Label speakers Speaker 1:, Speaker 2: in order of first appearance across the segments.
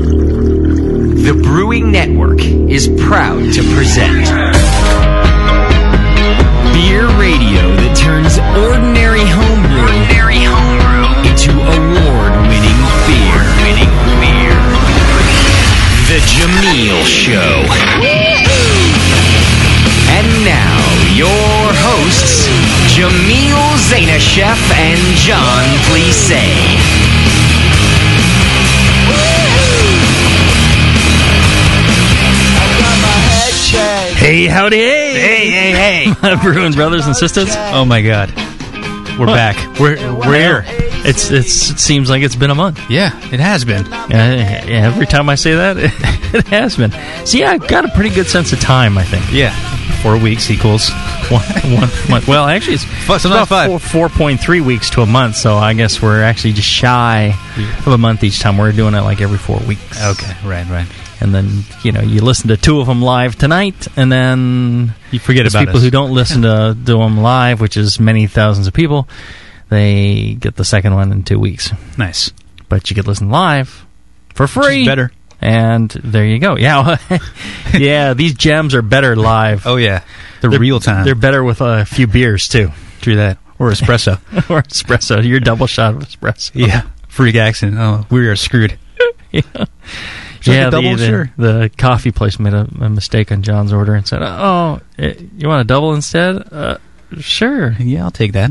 Speaker 1: The Brewing Network is proud to present Beer Radio that turns ordinary homebrew, into award-winning beer. The Jameel Show. And now, your hosts, Jameel Zainashev and John Plisse.
Speaker 2: Hey, howdy, hey! Hey, hey, hey! Bruins brothers and sisters. Oh my God, we're back. We're
Speaker 3: Where?
Speaker 2: It's it's it seems like it's been a month.
Speaker 3: Yeah, it has been.
Speaker 2: Uh, every time I say that, it, has been. See, I've got a pretty good sense of time. I think
Speaker 3: Yeah. Four weeks equals.
Speaker 2: one, one month. Well, actually, it's
Speaker 3: Plus another
Speaker 2: about
Speaker 3: five.
Speaker 2: four four point three weeks to a month. So I guess we're actually just shy of a month each time. We're doing it like every four weeks.
Speaker 3: Okay, right, right.
Speaker 2: and then you know you listen to two of them live tonight, and then
Speaker 3: You forget
Speaker 2: Those
Speaker 3: about
Speaker 2: people
Speaker 3: us.
Speaker 2: who don't listen to do them live, which is many thousands of people. They get the second one in two weeks,
Speaker 3: Nice.
Speaker 2: but you could listen live for
Speaker 3: Which
Speaker 2: free.
Speaker 3: is better.
Speaker 2: and there you go. Yeah, yeah. These gems are better live.
Speaker 3: Oh, yeah. The
Speaker 2: They're-
Speaker 3: real time.
Speaker 2: They're better with a few beers too,
Speaker 3: through that. Or espresso.
Speaker 2: or espresso. Your double shot of espresso.
Speaker 3: yeah. Freak accident. Oh, we are screwed. Should I
Speaker 2: yeah, the,
Speaker 3: get double?
Speaker 2: the,
Speaker 3: Sure.
Speaker 2: the coffee place made a, a mistake on John's order and said, "Oh, eh, you want a double instead?" Uh, sure.
Speaker 3: Yeah, I'll take that.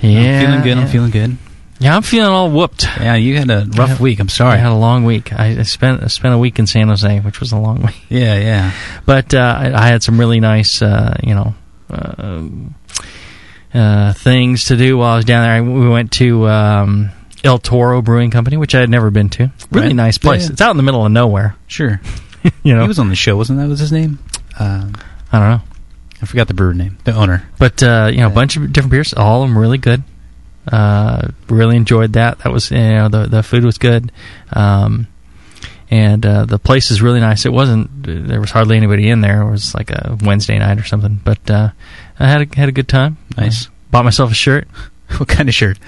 Speaker 2: Yeah,
Speaker 3: I'm feeling good.
Speaker 2: yeah.
Speaker 3: I'm feeling good.
Speaker 2: Yeah, I'm feeling all whooped.
Speaker 3: Yeah, you had a rough
Speaker 2: Yeah.
Speaker 3: week. I'm
Speaker 2: I
Speaker 3: sorry.
Speaker 2: had a long week. I I spent I spent a week in San Jose, which was a long week.
Speaker 3: Yeah, yeah.
Speaker 2: But uh, I, I had some really nice, uh, you know, uh, uh, things to do while I was down there. I, we went to um, El Toro Brewing Company, which I had never been to. Really
Speaker 3: Right.
Speaker 2: nice place.
Speaker 3: Yeah, yeah.
Speaker 2: It's out in the middle of nowhere.
Speaker 3: Sure.
Speaker 2: You know,
Speaker 3: He was on the show, wasn't that was his name? Um,
Speaker 2: I don't know.
Speaker 3: I forgot the brewer name. The owner.
Speaker 2: But uh, you know, a
Speaker 3: Yeah.
Speaker 2: bunch of different beers, all of them really good. Uh, really enjoyed that. That was you know the the food was good, um, and uh, the place is really nice. It wasn't there was hardly anybody in there. It was like a Wednesday night or something. But uh, I had a, had a good time.
Speaker 3: Nice.
Speaker 2: I bought myself a shirt.
Speaker 3: what kind of shirt?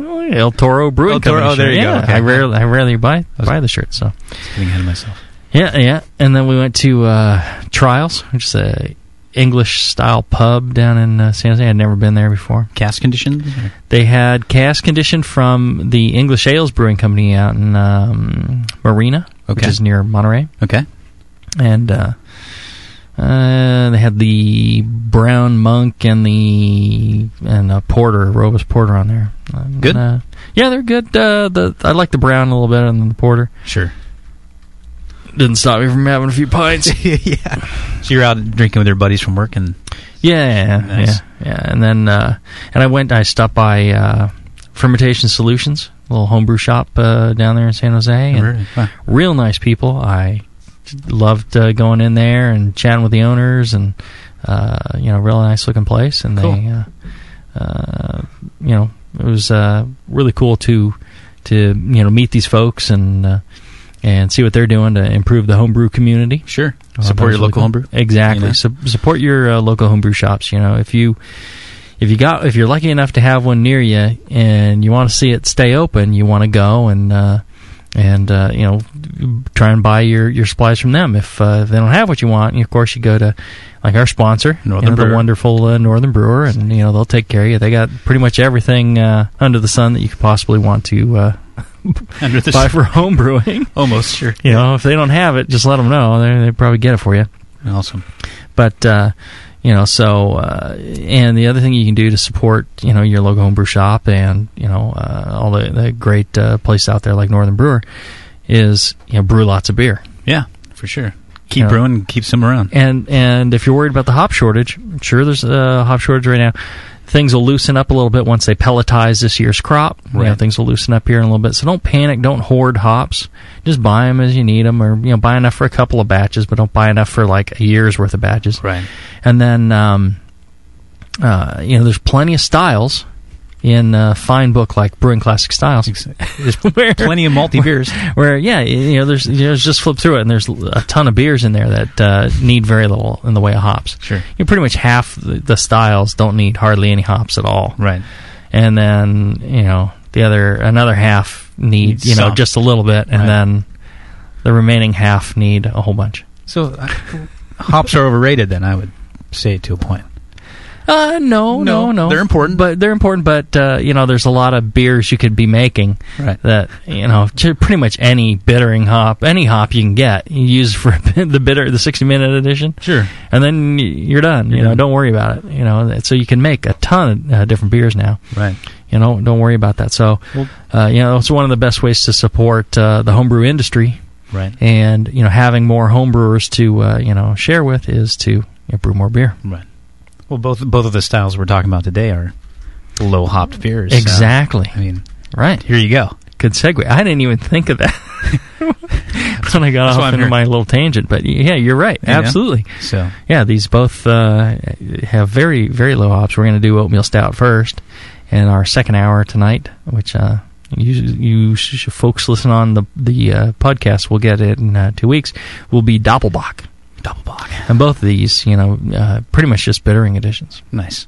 Speaker 2: Oh, yeah, El Toro Brewing
Speaker 3: El Toro,
Speaker 2: Company
Speaker 3: oh, there
Speaker 2: shirt.
Speaker 3: you go.
Speaker 2: yeah,
Speaker 3: Okay.
Speaker 2: I rarely I rarely buy
Speaker 3: was-
Speaker 2: buy the shirt. So
Speaker 3: Getting ahead of myself.
Speaker 2: yeah, yeah. And then we went to uh, Trials, which is a English style pub down in uh, San Jose. I'd never been there before.
Speaker 3: Cast condition?
Speaker 2: They had cask condition from the English Ales Brewing Company out in um, Marina, which
Speaker 3: Okay.
Speaker 2: is near Monterey,
Speaker 3: Okay.
Speaker 2: and uh, uh, they had the Brown Monk and the and a Porter, Robus Porter, on there. Um,
Speaker 3: Good?
Speaker 2: uh, yeah, they're good. Uh, the I like the Brown a little better than the Porter.
Speaker 3: Sure.
Speaker 2: Didn't stop me from having a few pints.
Speaker 3: yeah. So you're out drinking with your buddies from work and
Speaker 2: Yeah,
Speaker 3: Nice.
Speaker 2: yeah, yeah. And then, uh, and I went. I stopped by uh, Fermentation Solutions, a little homebrew shop uh, down there in San Jose. and
Speaker 3: Really? Wow.
Speaker 2: Real nice people. I loved uh, going in there and chatting with the owners, and uh, you know, real nice looking place. And they,
Speaker 3: Cool.
Speaker 2: uh, uh, you know, it was uh, really cool to to you know meet these folks and. Uh, and see what they're doing to improve the homebrew community.
Speaker 3: Sure.
Speaker 2: Well,
Speaker 3: Support
Speaker 2: that's
Speaker 3: your local
Speaker 2: really
Speaker 3: homebrew.
Speaker 2: cool. Exactly.
Speaker 3: You know?
Speaker 2: Sup- support your uh, local homebrew shops. You know, if you if you got if you're lucky enough to have one near you and you want to see it stay open, you want to go and uh, and uh, you know try and buy your, your supplies from them. If, uh, if they don't have what you want, you, of course you go to like our sponsor, you
Speaker 3: Northern
Speaker 2: know, the
Speaker 3: Brewer.
Speaker 2: wonderful uh, Northern Brewer, and you know they'll take care of you. They got pretty much everything uh, under the sun that you could possibly want to uh,
Speaker 3: Under the
Speaker 2: buy for home brewing.
Speaker 3: Almost, sure.
Speaker 2: You know, if they don't have it, just let them know. They they probably get it for you.
Speaker 3: Awesome.
Speaker 2: But uh, you know, so uh, and the other thing you can do to support you know your local homebrew shop and you know uh, all the, the great uh, places out there like Northern Brewer is you know brew lots of beer.
Speaker 3: Yeah, for sure. Keep
Speaker 2: you know.
Speaker 3: brewing, and keep some around.
Speaker 2: And and if you're worried about the hop shortage, I'm sure there's a hop shortage right now. Things will loosen up a little bit once they pelletize this year's crop. You know,
Speaker 3: Right.
Speaker 2: things will loosen up here in a little bit. So don't panic. Don't hoard hops. Just buy them as you need them, or you know, buy enough for a couple of batches, but don't buy enough for like a year's worth of batches.
Speaker 3: Right.
Speaker 2: And then, um, uh, you know, there's plenty of styles in a fine book like Brewing Classic Styles.
Speaker 3: There's plenty of multi beers.
Speaker 2: Where yeah, you know, there's you know, just flip through it, and there's a ton of beers in there that uh, need very little in the way of hops.
Speaker 3: Sure.
Speaker 2: you know, pretty much half the, the styles don't need hardly any hops at all,
Speaker 3: Right.
Speaker 2: and then you know the other another half need
Speaker 3: Need
Speaker 2: you know
Speaker 3: some.
Speaker 2: just a little bit, and
Speaker 3: Right.
Speaker 2: then the remaining half need a whole bunch.
Speaker 3: So uh, hops are overrated. Then I would say to a point.
Speaker 2: Uh, no, no,
Speaker 3: No,
Speaker 2: no.
Speaker 3: they're important.
Speaker 2: but they're important. But uh, you know, there's a lot of beers you could be making
Speaker 3: Right.
Speaker 2: that you know, j- pretty much any bittering hop, any hop you can get, you use for the bitter, the 60 minute edition,
Speaker 3: Sure.
Speaker 2: and then y- you're done. you
Speaker 3: You're
Speaker 2: know,
Speaker 3: done.
Speaker 2: don't worry about it. You know, so you can make a ton of uh, different beers now.
Speaker 3: Right.
Speaker 2: You know, don't worry about that. So,
Speaker 3: Well-
Speaker 2: uh, you know, it's one of the best ways to support uh, the homebrew industry,
Speaker 3: Right.
Speaker 2: and you know, having more homebrewers to uh, you know share with is to you know, brew more beer.
Speaker 3: Right. Well, both both of the styles we're talking about today are low hopped beers. so,
Speaker 2: Exactly.
Speaker 3: I mean,
Speaker 2: Right.
Speaker 3: here you go.
Speaker 2: Good segue. I didn't even think of that when I got
Speaker 3: That's why
Speaker 2: off
Speaker 3: I'm
Speaker 2: into
Speaker 3: here.
Speaker 2: my little tangent. But yeah, you're right.
Speaker 3: Yeah.
Speaker 2: Absolutely.
Speaker 3: So
Speaker 2: Yeah, these both uh, have very, very low hops. We're going to do oatmeal stout first in our second hour tonight, which uh, you, you sh- folks listen on the, the uh, podcast will get it in uh, two weeks, will be Doppelbock.
Speaker 3: double block.
Speaker 2: And both of these, you know, uh, pretty much just bittering additions.
Speaker 3: Nice.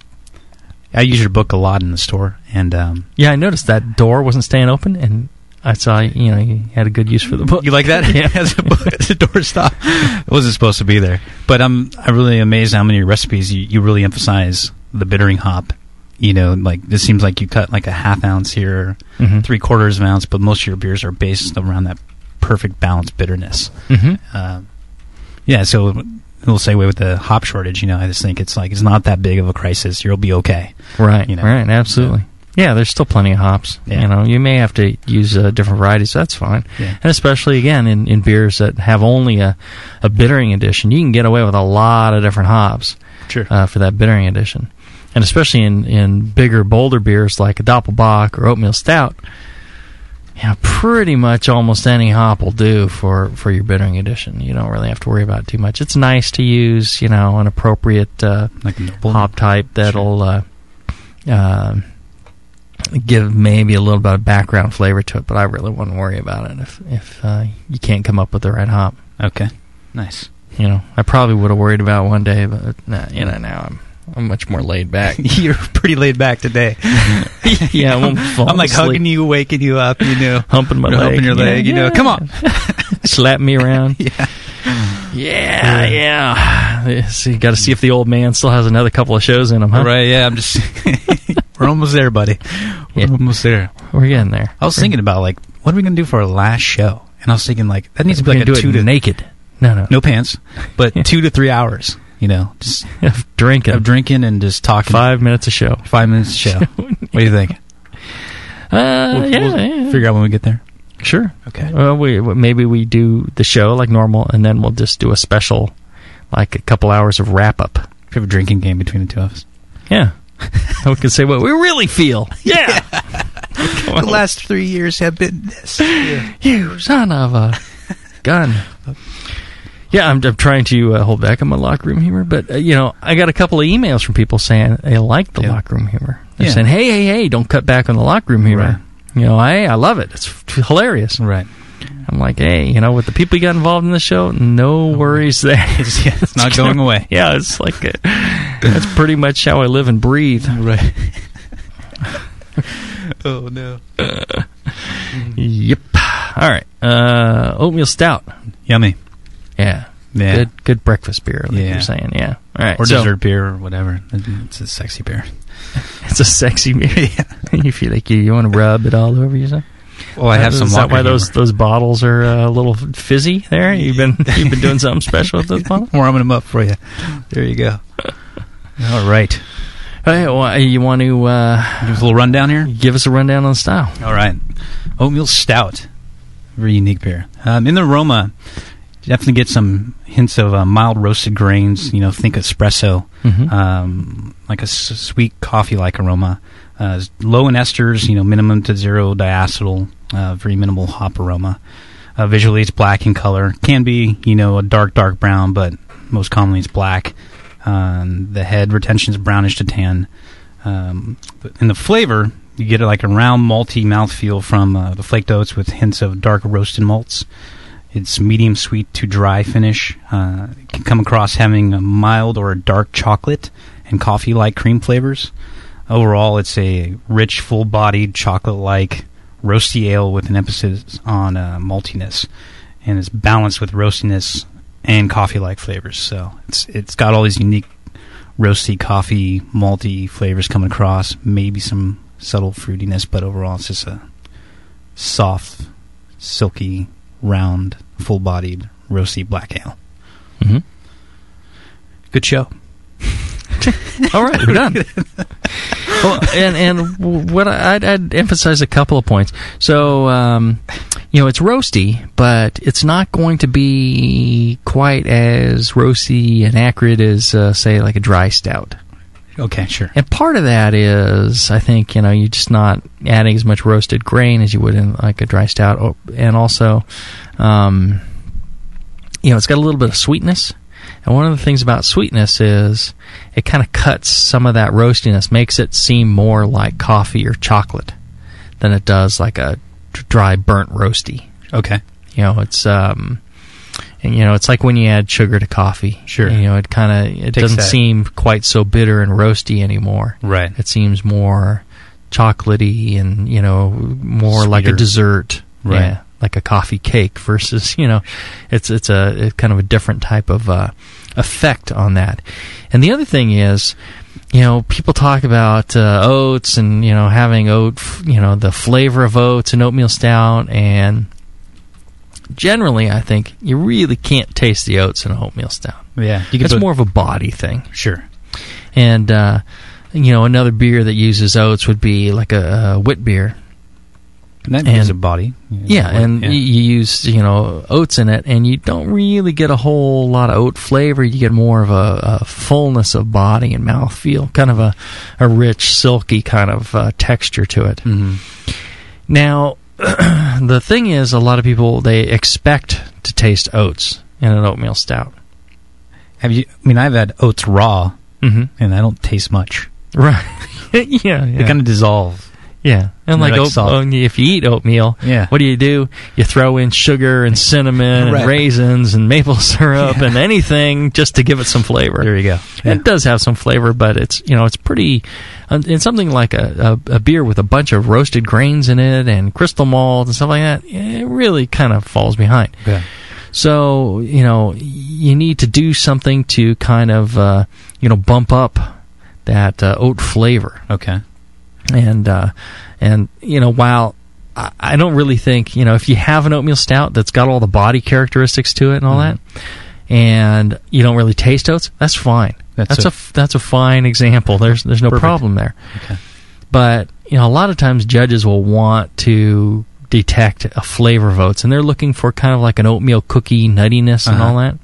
Speaker 3: I use your book a lot in the store, and um,
Speaker 2: Yeah, I noticed that door wasn't staying open, and I saw, you know, you had a good use for the book.
Speaker 3: you like that?
Speaker 2: Yeah.
Speaker 3: as a, book- as a doorstop, it wasn't supposed to be there. But I'm I'm really amazed how many recipes you, you really emphasize the bittering hop. You know, like this seems like you cut like a half ounce here,
Speaker 2: Mhm.
Speaker 3: three quarters of an ounce, but most of your beers are based around that perfect balanced bitterness.
Speaker 2: Mm-hmm.
Speaker 3: uh, yeah, so we'll segue with the hop shortage. You know, I just think it's like it's not that big of a crisis. You'll be okay.
Speaker 2: Right.
Speaker 3: you know.
Speaker 2: Right. Absolutely. Yeah. There's still plenty of hops.
Speaker 3: Yeah.
Speaker 2: You know, you may have to use uh, different varieties. That's fine.
Speaker 3: Yeah.
Speaker 2: And especially again in, in beers that have only a, a bittering addition, you can get away with a lot of different hops
Speaker 3: Sure.
Speaker 2: uh, for that bittering addition. And especially in, in bigger, bolder beers like a Doppelbock or Oatmeal Stout, you know, pretty much almost any hop will do for, for your bittering addition. You don't really have to worry about it too much. It's nice to use, you know, an appropriate uh,
Speaker 3: like a noble.
Speaker 2: hop type that'll uh, um give maybe a little bit of background flavor to it, but I really wouldn't worry about it if if uh, you can't come up with the right hop.
Speaker 3: Okay. Nice.
Speaker 2: You know, I probably would have worried about it one day, but nah, you know now I'm I'm much more laid back.
Speaker 3: You're pretty laid back today.
Speaker 2: yeah, I won't fall
Speaker 3: I'm like
Speaker 2: asleep,
Speaker 3: hugging you, waking you up. You know,
Speaker 2: humping my leg,
Speaker 3: helping your leg. You know, come on.
Speaker 2: slap me around.
Speaker 3: Yeah.
Speaker 2: yeah, yeah. So you got to see if the old man still has another couple of shows in him, huh?
Speaker 3: Right. Yeah. I'm just. We're almost there, buddy. We're
Speaker 2: Yeah.
Speaker 3: almost there.
Speaker 2: We're getting there.
Speaker 3: I was thinking about like, what are we gonna do for our last show? And I was thinking like, that needs to be
Speaker 2: We're
Speaker 3: like
Speaker 2: gonna do
Speaker 3: a two
Speaker 2: it
Speaker 3: to
Speaker 2: naked. No, no,
Speaker 3: no pants, but two to three hours. You know, just
Speaker 2: drinking.
Speaker 3: of drinking and just talking.
Speaker 2: five minutes a show.
Speaker 3: five minutes a show. what do you think?
Speaker 2: Uh,
Speaker 3: We'll-
Speaker 2: yeah,
Speaker 3: we'll
Speaker 2: yeah.
Speaker 3: Figure out when we get there.
Speaker 2: sure.
Speaker 3: Okay.
Speaker 2: Well, we w- maybe we do the show like normal, and then we'll just do a special, like a couple hours of wrap up.
Speaker 3: We have a drinking game between the two of us.
Speaker 2: Yeah, And we can say what we really feel. Yeah, Come on.
Speaker 3: last three years have been this.
Speaker 2: you son of a gun. Yeah, I'm, I'm trying to uh, hold back on my locker room humor, but uh, you know, I got a couple of emails from people saying they like the
Speaker 3: Yeah.
Speaker 2: locker room humor. They're
Speaker 3: Yeah.
Speaker 2: saying, "Hey, hey, hey, don't cut back on the locker room humor."
Speaker 3: Right.
Speaker 2: You know, I I love it. It's f- hilarious.
Speaker 3: Right.
Speaker 2: I'm like, hey, you know, with the people you got involved in the show, no worries there.
Speaker 3: It's, yeah, it's not going away.
Speaker 2: yeah, it's like uh that's pretty much how I live and breathe.
Speaker 3: Right. oh no.
Speaker 2: Yep. All right. Uh, oatmeal stout.
Speaker 3: Yummy.
Speaker 2: Yeah.
Speaker 3: Yeah.
Speaker 2: Good. Good breakfast beer. Like
Speaker 3: Yeah.
Speaker 2: you're saying. Yeah. All right.
Speaker 3: Or
Speaker 2: so,
Speaker 3: dessert beer or whatever. It's a sexy beer.
Speaker 2: It's a sexy beer. you feel like you, you want to rub it all over yourself.
Speaker 3: Well, Oh, I have
Speaker 2: Is
Speaker 3: some.
Speaker 2: that
Speaker 3: locker
Speaker 2: why those
Speaker 3: humor.
Speaker 2: those bottles are uh, a little fizzy? There. You've been you've been doing something special with those bottles.
Speaker 3: warming them up for you? There you go. All right.
Speaker 2: Hey, well, you want to uh,
Speaker 3: Give us a little rundown here.
Speaker 2: give us a rundown on the style?
Speaker 3: All right. Oatmeal Stout. Very unique beer. Um, in the aroma, definitely get some hints of uh, mild roasted grains. You know, think espresso,
Speaker 2: Mhm.
Speaker 3: um, like a s- sweet coffee-like aroma. Uh, it's low in esters, you know, minimum to zero diacetyl, uh, very minimal hop aroma. Uh, visually, it's black in color. Can be, you know, a dark, dark brown, but most commonly it's black. Um, the head retention is brownish to tan. Um, but in the flavor, you get like a round, malty mouthfeel from uh, the flaked oats with hints of dark roasted malts. It's medium sweet to dry finish. Uh, it can come across having a mild or a dark chocolate and coffee like cream flavors. Overall, it's a rich, full bodied, chocolate like roasty ale with an emphasis on uh, maltiness. And it's balanced with roastiness and coffee like flavors. So it's it's got all these unique roasty, coffee, malty flavors coming across. Maybe some subtle fruitiness, but overall, it's just a soft, silky, round, full bodied, roasty black ale.
Speaker 2: Mhm.
Speaker 3: Good show.
Speaker 2: All right, we're done. well, and and w- what I, I'd, I'd emphasize a couple of points. So, um, you know, it's roasty, but it's not going to be quite as roasty and acrid as, uh, say, like a dry stout.
Speaker 3: Okay, sure.
Speaker 2: And part of that is, I think, you know, you're just not adding as much roasted grain as you would in like a dry stout, Oh, and also, um, you know, it's got a little bit of sweetness. And one of the things about sweetness is it kind of cuts some of that roastiness, makes it seem more like coffee or chocolate than it does like a d- dry burnt roasty.
Speaker 3: Okay.
Speaker 2: You know, it's um, and you know, it's like when you add sugar to coffee.
Speaker 3: Sure.
Speaker 2: You know, it kind of it
Speaker 3: Takes
Speaker 2: doesn't
Speaker 3: that-
Speaker 2: seem quite so bitter and roasty anymore.
Speaker 3: Right.
Speaker 2: It seems more chocolatey and you know more like a
Speaker 3: Sweeter.
Speaker 2: dessert.
Speaker 3: Right.
Speaker 2: Yeah, like a coffee cake versus you know, it's it's a it's kind of a different type of uh, effect on that. And the other thing is. You know, people talk about uh, oats and you know having oat, f- you know the flavor of oats and oatmeal stout, and generally, I think you really can't taste the oats in a oatmeal stout.
Speaker 3: Yeah. You
Speaker 2: It's
Speaker 3: put-
Speaker 2: more of a body thing,
Speaker 3: Sure.
Speaker 2: and uh, you know another beer that uses oats would be like a, a wit beer.
Speaker 3: And that
Speaker 2: And-
Speaker 3: gives a body.
Speaker 2: Yeah, and
Speaker 3: yeah.
Speaker 2: y you use you know oats in it, and you don't really get a whole lot of oat flavor. You get more of a, a fullness of body and mouthfeel, kind of a, a rich, silky kind of uh, texture to it.
Speaker 3: Mhm.
Speaker 2: Now, the thing is, a lot of people they expect to taste oats in an oatmeal stout.
Speaker 3: Have you? I mean, I've had oats raw,
Speaker 2: Mm-hmm.
Speaker 3: and I don't taste much.
Speaker 2: Right. yeah.
Speaker 3: They
Speaker 2: Yeah.
Speaker 3: kind of dissolve.
Speaker 2: yeah. And like,
Speaker 3: like
Speaker 2: oat,
Speaker 3: salt.
Speaker 2: oat- if you eat oatmeal,
Speaker 3: Yeah.
Speaker 2: what do you do? You throw in sugar and cinnamon
Speaker 3: Right.
Speaker 2: and raisins and maple syrup and anything just to give it some flavor.
Speaker 3: There you go.
Speaker 2: And It does have some flavor, but it's you know it's pretty. and- And something like a, a, a beer with a bunch of roasted grains in it and crystal malt and stuff like that, it really kind of falls behind.
Speaker 3: Yeah.
Speaker 2: So you know you need to do something to kind of uh, you know bump up that uh, oat flavor,
Speaker 3: Okay.
Speaker 2: and uh, and you know while I, I don't really think you know if you have an oatmeal stout that's got all the body characteristics to it and all
Speaker 3: Mhm.
Speaker 2: that, and you don't really taste oats, that's fine.
Speaker 3: That's,
Speaker 2: That's, a,
Speaker 3: a,
Speaker 2: f- that's a fine example. There's there's no
Speaker 3: Perfect.
Speaker 2: problem there.
Speaker 3: Okay.
Speaker 2: But you know, a lot of times judges will want to detect a flavor of oats, and they're looking for kind of like an oatmeal cookie nuttiness and
Speaker 3: Uh-huh.
Speaker 2: all that.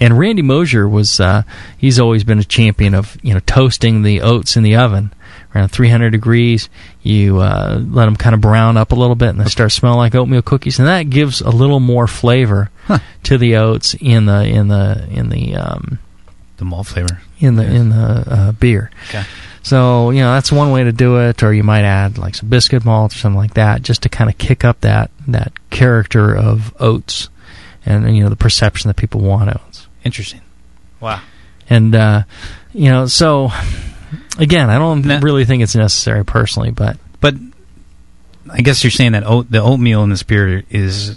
Speaker 2: And Randy Mosier was uh, he's always been a champion of you know toasting the oats in the oven around 300 degrees. You uh, let them kind of brown up a little bit, and they start smelling like oatmeal cookies, and that gives a little more flavor
Speaker 3: Huh.
Speaker 2: to the oats in the in the in the um,
Speaker 3: the malt flavor.
Speaker 2: in the
Speaker 3: Yes.
Speaker 2: in the uh, beer.
Speaker 3: Okay.
Speaker 2: So you know that's one way to do it, or you might add like some biscuit malt or something like that, just to kind of kick up that that character of oats, and you know the perception that people want oats,
Speaker 3: Interesting. Wow.
Speaker 2: and uh, you know so again, I don't
Speaker 3: Nah.
Speaker 2: really think it's necessary personally, but
Speaker 3: But I guess you're saying that oat, the oatmeal in this beer is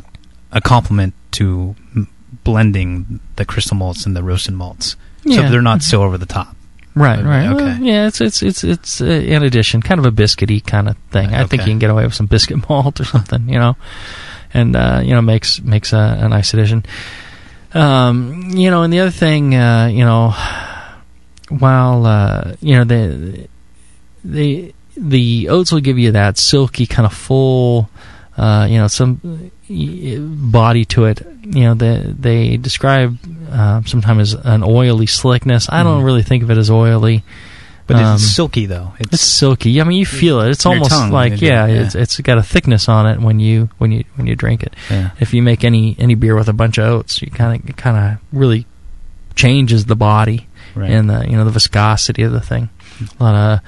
Speaker 3: a complement to m- blending the crystal malts and the roasted malts.
Speaker 2: Yeah.
Speaker 3: So they're not so over the top.
Speaker 2: Right,
Speaker 3: Okay.
Speaker 2: right. Well, yeah, it's it's it's it's uh, in addition, kind of a biscuity kind of thing. I think
Speaker 3: Okay.
Speaker 2: you can get away with some biscuit malt or something, you know, and uh, you know makes makes a, a nice addition. Um, you know, and the other thing, uh, you know, while uh, you know the the the oats will give you that silky kind of full uh, you know, some uh, body to it. You know, they they describe uh, sometimes as an oily slickness. I don't
Speaker 3: Mhm.
Speaker 2: really think of it as oily.
Speaker 3: But
Speaker 2: Um,
Speaker 3: it's silky though.
Speaker 2: It's silky. I mean, you feel it. It's
Speaker 3: Your
Speaker 2: almost
Speaker 3: tongue when you
Speaker 2: like
Speaker 3: do
Speaker 2: yeah,
Speaker 3: it, yeah.
Speaker 2: It's, it's got a thickness on it when you when you when you drink it.
Speaker 3: yeah.
Speaker 2: If you make any any beer with a bunch of oats, you kind of kind of really changes the body
Speaker 3: right.
Speaker 2: and the you know the viscosity of the thing. A lot of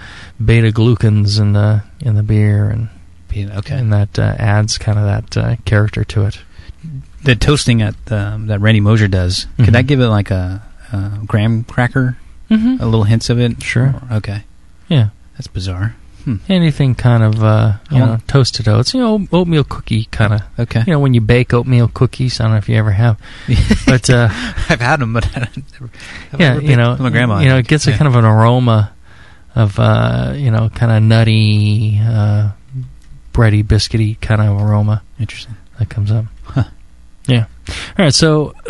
Speaker 2: beta glucans in the in the beer, and
Speaker 3: Yeah, okay.
Speaker 2: and that uh, adds kind of that uh, character to it.
Speaker 3: The toasting at the, that Randy Mosier does.
Speaker 2: Mhm.
Speaker 3: Could that give it like a, a graham cracker?
Speaker 2: Mm-hmm.
Speaker 3: A little hints of it.
Speaker 2: Sure.
Speaker 3: Okay.
Speaker 2: Yeah,
Speaker 3: That's bizarre.
Speaker 2: anything kind of uh, you
Speaker 3: I
Speaker 2: know
Speaker 3: want-
Speaker 2: toasted oats, you know oatmeal cookie kind of.
Speaker 3: Okay.
Speaker 2: You know when you bake oatmeal cookies, I don't know if you ever have, but uh,
Speaker 3: I've had them, but I've never, I've
Speaker 2: yeah,
Speaker 3: never
Speaker 2: you
Speaker 3: baked
Speaker 2: know,
Speaker 3: with my grandma.
Speaker 2: you know, it gets a
Speaker 3: Yeah.
Speaker 2: kind of an aroma of uh, you know kind of nutty, uh, bready, biscuity kind of aroma.
Speaker 3: Interesting.
Speaker 2: that comes up.
Speaker 3: Huh.
Speaker 2: Yeah. All right. So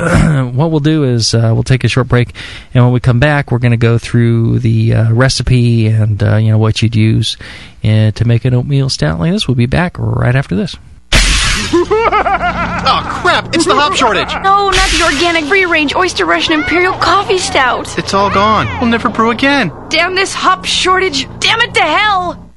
Speaker 2: what we'll do is uh, we'll take a short break, and when we come back, we're going to go through the uh, recipe and uh, you know what you'd use uh, to make an oatmeal stout like this. We'll be back right after this.
Speaker 1: Oh, crap! It's the hop shortage!
Speaker 4: No, not the organic free range oyster Russian imperial coffee stout.
Speaker 1: It's all gone. We'll never brew again.
Speaker 4: Damn this hop shortage. Damn it to hell.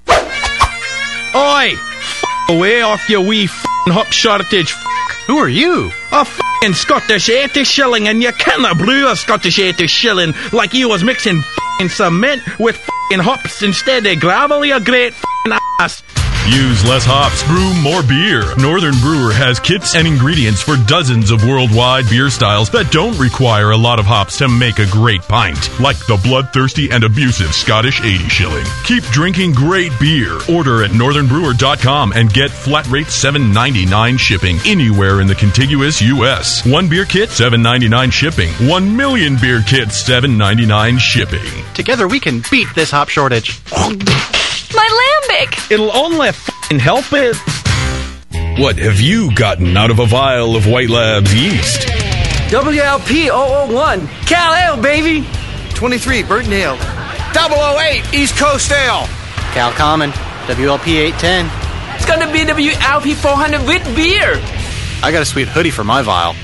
Speaker 5: Oi! F- away off your wee f***ing hop shortage. F-
Speaker 1: Who are you?
Speaker 5: a f***ing Scottish 80 shilling, and you canna brew a Scottish 80 shilling like you was mixing f***ing cement with f***ing hops instead of gravel, you great f***ing ass.
Speaker 6: Use less hops, brew more beer. Northern Brewer has kits and ingredients for dozens of worldwide beer styles that don't require a lot of hops to make a great pint, like the bloodthirsty and abusive Scottish 80 shilling. Keep drinking great beer. Order at northernbrewer.com and get flat rate 7.99 shipping anywhere in the contiguous US. 1 beer kit 7.99 shipping. 1 million beer kits 7.99 shipping.
Speaker 7: Together we can beat this hop shortage.
Speaker 4: My lambic.
Speaker 5: It'll only f***ing help it.
Speaker 6: What have you gotten out of a vial of White Labs yeast?
Speaker 8: WLP 001, Cal Ale, baby.
Speaker 7: 23, Burton Ale.
Speaker 5: 008 East Coast Ale.
Speaker 7: Cal Common. WLP 810.
Speaker 8: It's gonna be WLP 400 with beer.
Speaker 7: I got a sweet hoodie for my vial.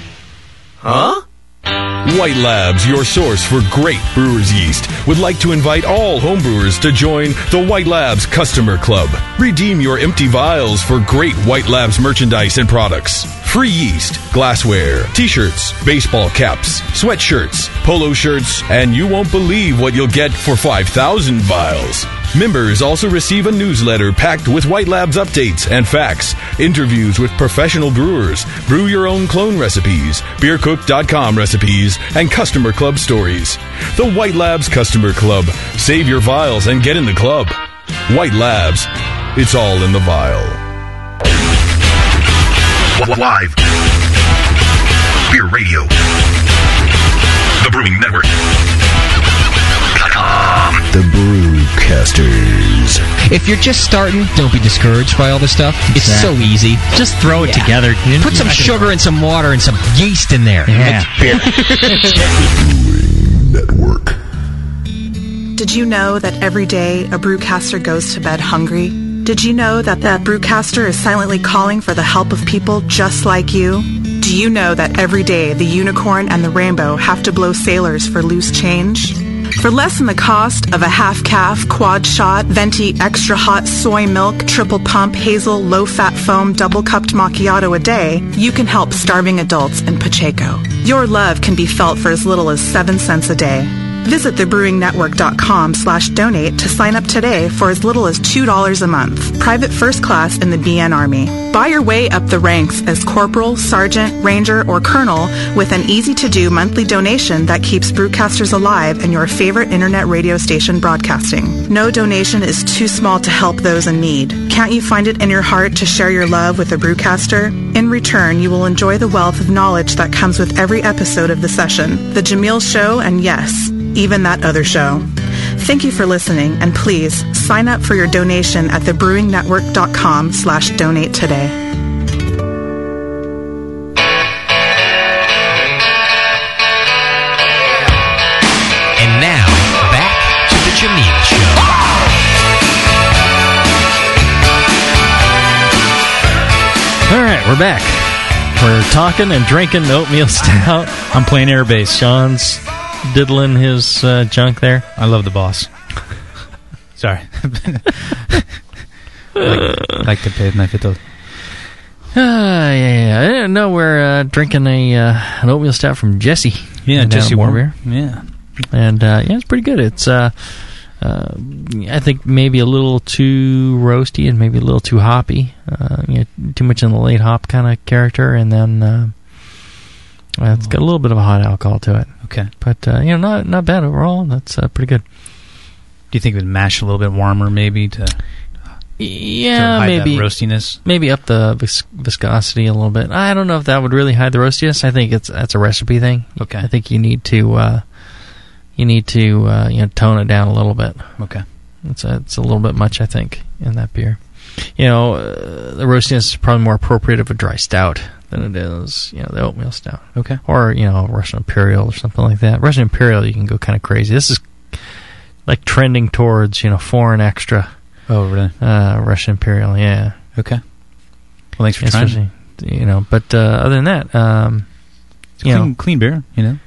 Speaker 6: White Labs, your source for great brewer's yeast, would like to invite all homebrewers to join the White Labs Customer Club. Redeem your empty vials for great White Labs merchandise and products. Free yeast, glassware, t shirts, baseball caps, sweatshirts, polo shirts, and you won't believe what you'll get for 5,000 vials. Members also receive a newsletter packed with White Labs updates and facts, interviews with professional brewers, brew your own clone recipes, beercook.com recipes, and customer club stories. The White Labs Customer Club. Save your vials and get in the club. White Labs. It's all in the vial.
Speaker 9: Live. Beer Radio. The Brewing Network.
Speaker 6: The Brewcasters.
Speaker 1: If you're just starting, don't be discouraged by all this stuff. It's so easy. Just throw it together. Put some sugar and some water and some yeast in there.
Speaker 6: Network.
Speaker 10: Did you know that every day a brewcaster goes to bed hungry? Did you know that the brewcaster is silently calling for the help of people just like you? Do you know that every day the unicorn and the rainbow have to blow sailors for loose change? For less than the cost of a half calf, quad shot, venti, extra hot soy milk, triple pump, hazel, low fat foam, double cupped macchiato a day, you can help starving adults in Pacheco. Your love can be felt for as little as 7 cents a day. Visit thebrewingnetwork.com slash donate to sign up today for as little as $2 a month. Private first class in the BN Army. Buy your way up the ranks as corporal, sergeant, ranger, or colonel with an easy-to-do monthly donation that keeps brewcasters alive and your favorite internet radio station broadcasting. No donation is too small to help those in need. Can't you find it in your heart to share your love with a brewcaster? In return, you will enjoy the wealth of knowledge that comes with every episode of the session, The Jameel Show, and yes, even that other show. Thank you for listening, and please sign up for your donation at thebrewingnetwork.com slash donate today.
Speaker 1: And now, back to the Jameel Show.
Speaker 2: we're back. We're talking and drinking the oatmeal stout. I'm playing air bass. Sean's diddling his uh, junk there.
Speaker 3: I love the boss. Sorry. like, like to pay my fiddle.
Speaker 2: Uh, yeah, yeah, yeah. Uh, No, we're uh, drinking a uh, an oatmeal stout from Jesse.
Speaker 3: Yeah,
Speaker 2: Down in
Speaker 3: Jesse
Speaker 2: Warmbier.
Speaker 3: Warm- yeah.
Speaker 2: and uh, yeah, it's pretty good. It's uh, uh, I think maybe a little too roasty and maybe a little too hoppy. Uh, you know, too much in the late hop kind of character, and then uh, well, it's got a little bit of a hot alcohol to it.
Speaker 3: Okay.
Speaker 2: but uh, you know, not not bad overall. That's uh, pretty good.
Speaker 3: Do you think it would mash a little bit warmer, maybe to
Speaker 2: Yeah,
Speaker 3: to hide
Speaker 2: Uh, maybe
Speaker 3: that roastiness?
Speaker 2: Maybe up the vis- viscosity a little bit. I don't know if that would really hide the roastiness. I think it's that's a recipe thing. Okay. I think you need to uh, you need to uh, you know tone it down a little bit.
Speaker 3: Okay.
Speaker 2: It's a, it's a little bit much, I think, in that beer. You know, uh, the roastiness is probably more appropriate of a dry stout than it is, you know, the oatmeal stout.
Speaker 3: Okay.
Speaker 2: Or you know, Russian Imperial or something like that. Russian Imperial, you can go kind of crazy. This is like trending towards you know foreign extra.
Speaker 3: Oh, really?
Speaker 2: Uh, Russian Imperial, yeah.
Speaker 3: Okay. Well, thanks for trying.
Speaker 2: Especially, You know, but uh, other than that, um,
Speaker 3: It's
Speaker 2: you know,
Speaker 3: clean, clean beer, you know.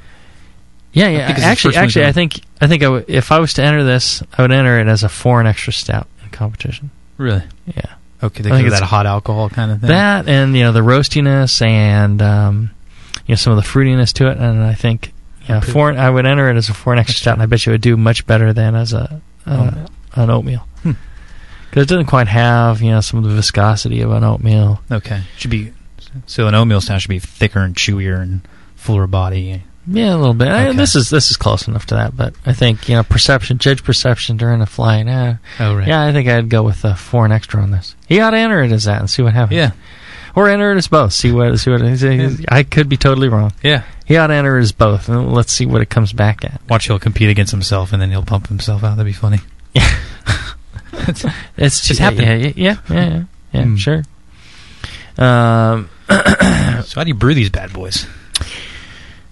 Speaker 2: yeah,
Speaker 3: I
Speaker 2: yeah.
Speaker 3: think it's the
Speaker 2: actually,
Speaker 3: first one
Speaker 2: actually,
Speaker 3: to-
Speaker 2: I think I think I w- if I was to enter this, I would enter it as a foreign extra stout in competition.
Speaker 3: Really?
Speaker 2: Yeah.
Speaker 3: Okay, they
Speaker 2: I think
Speaker 3: give
Speaker 2: it's-
Speaker 3: that hot alcohol kind of thing.
Speaker 2: That and you know the roastiness and um, you know some of the fruitiness to it, and I think you know,
Speaker 3: Okay.
Speaker 2: foreign. I would enter it as a foreign extra stout, and I bet you it would do much better than as a uh, an oatmeal.
Speaker 3: Hmm.
Speaker 2: Because it doesn't quite have, you know, some of the viscosity of an oatmeal.
Speaker 3: Okay. Should be so an oatmeal stout should be thicker and chewier and fuller body.
Speaker 2: Yeah, a little bit. I-
Speaker 3: Okay.
Speaker 2: this is this is close enough to that, but I think you know perception, judge perception during a flight. Uh,
Speaker 3: Oh, right.
Speaker 2: Yeah, I think I'd go with uh, four and extra on this. You ought to enter it as that and see what happens.
Speaker 3: Yeah.
Speaker 2: or enter it as both. See what see what. I could be totally wrong.
Speaker 3: Yeah.
Speaker 2: he ought to enter it as both, and let's see what it comes back at.
Speaker 3: Watch he'll compete against himself and then he'll pump himself out. That'd be funny.
Speaker 2: It's
Speaker 3: Just
Speaker 2: yeah,
Speaker 3: happened.
Speaker 2: Yeah, yeah, yeah, yeah, yeah, yeah,
Speaker 3: Hmm.
Speaker 2: sure. Um,
Speaker 3: So how do you brew these bad boys?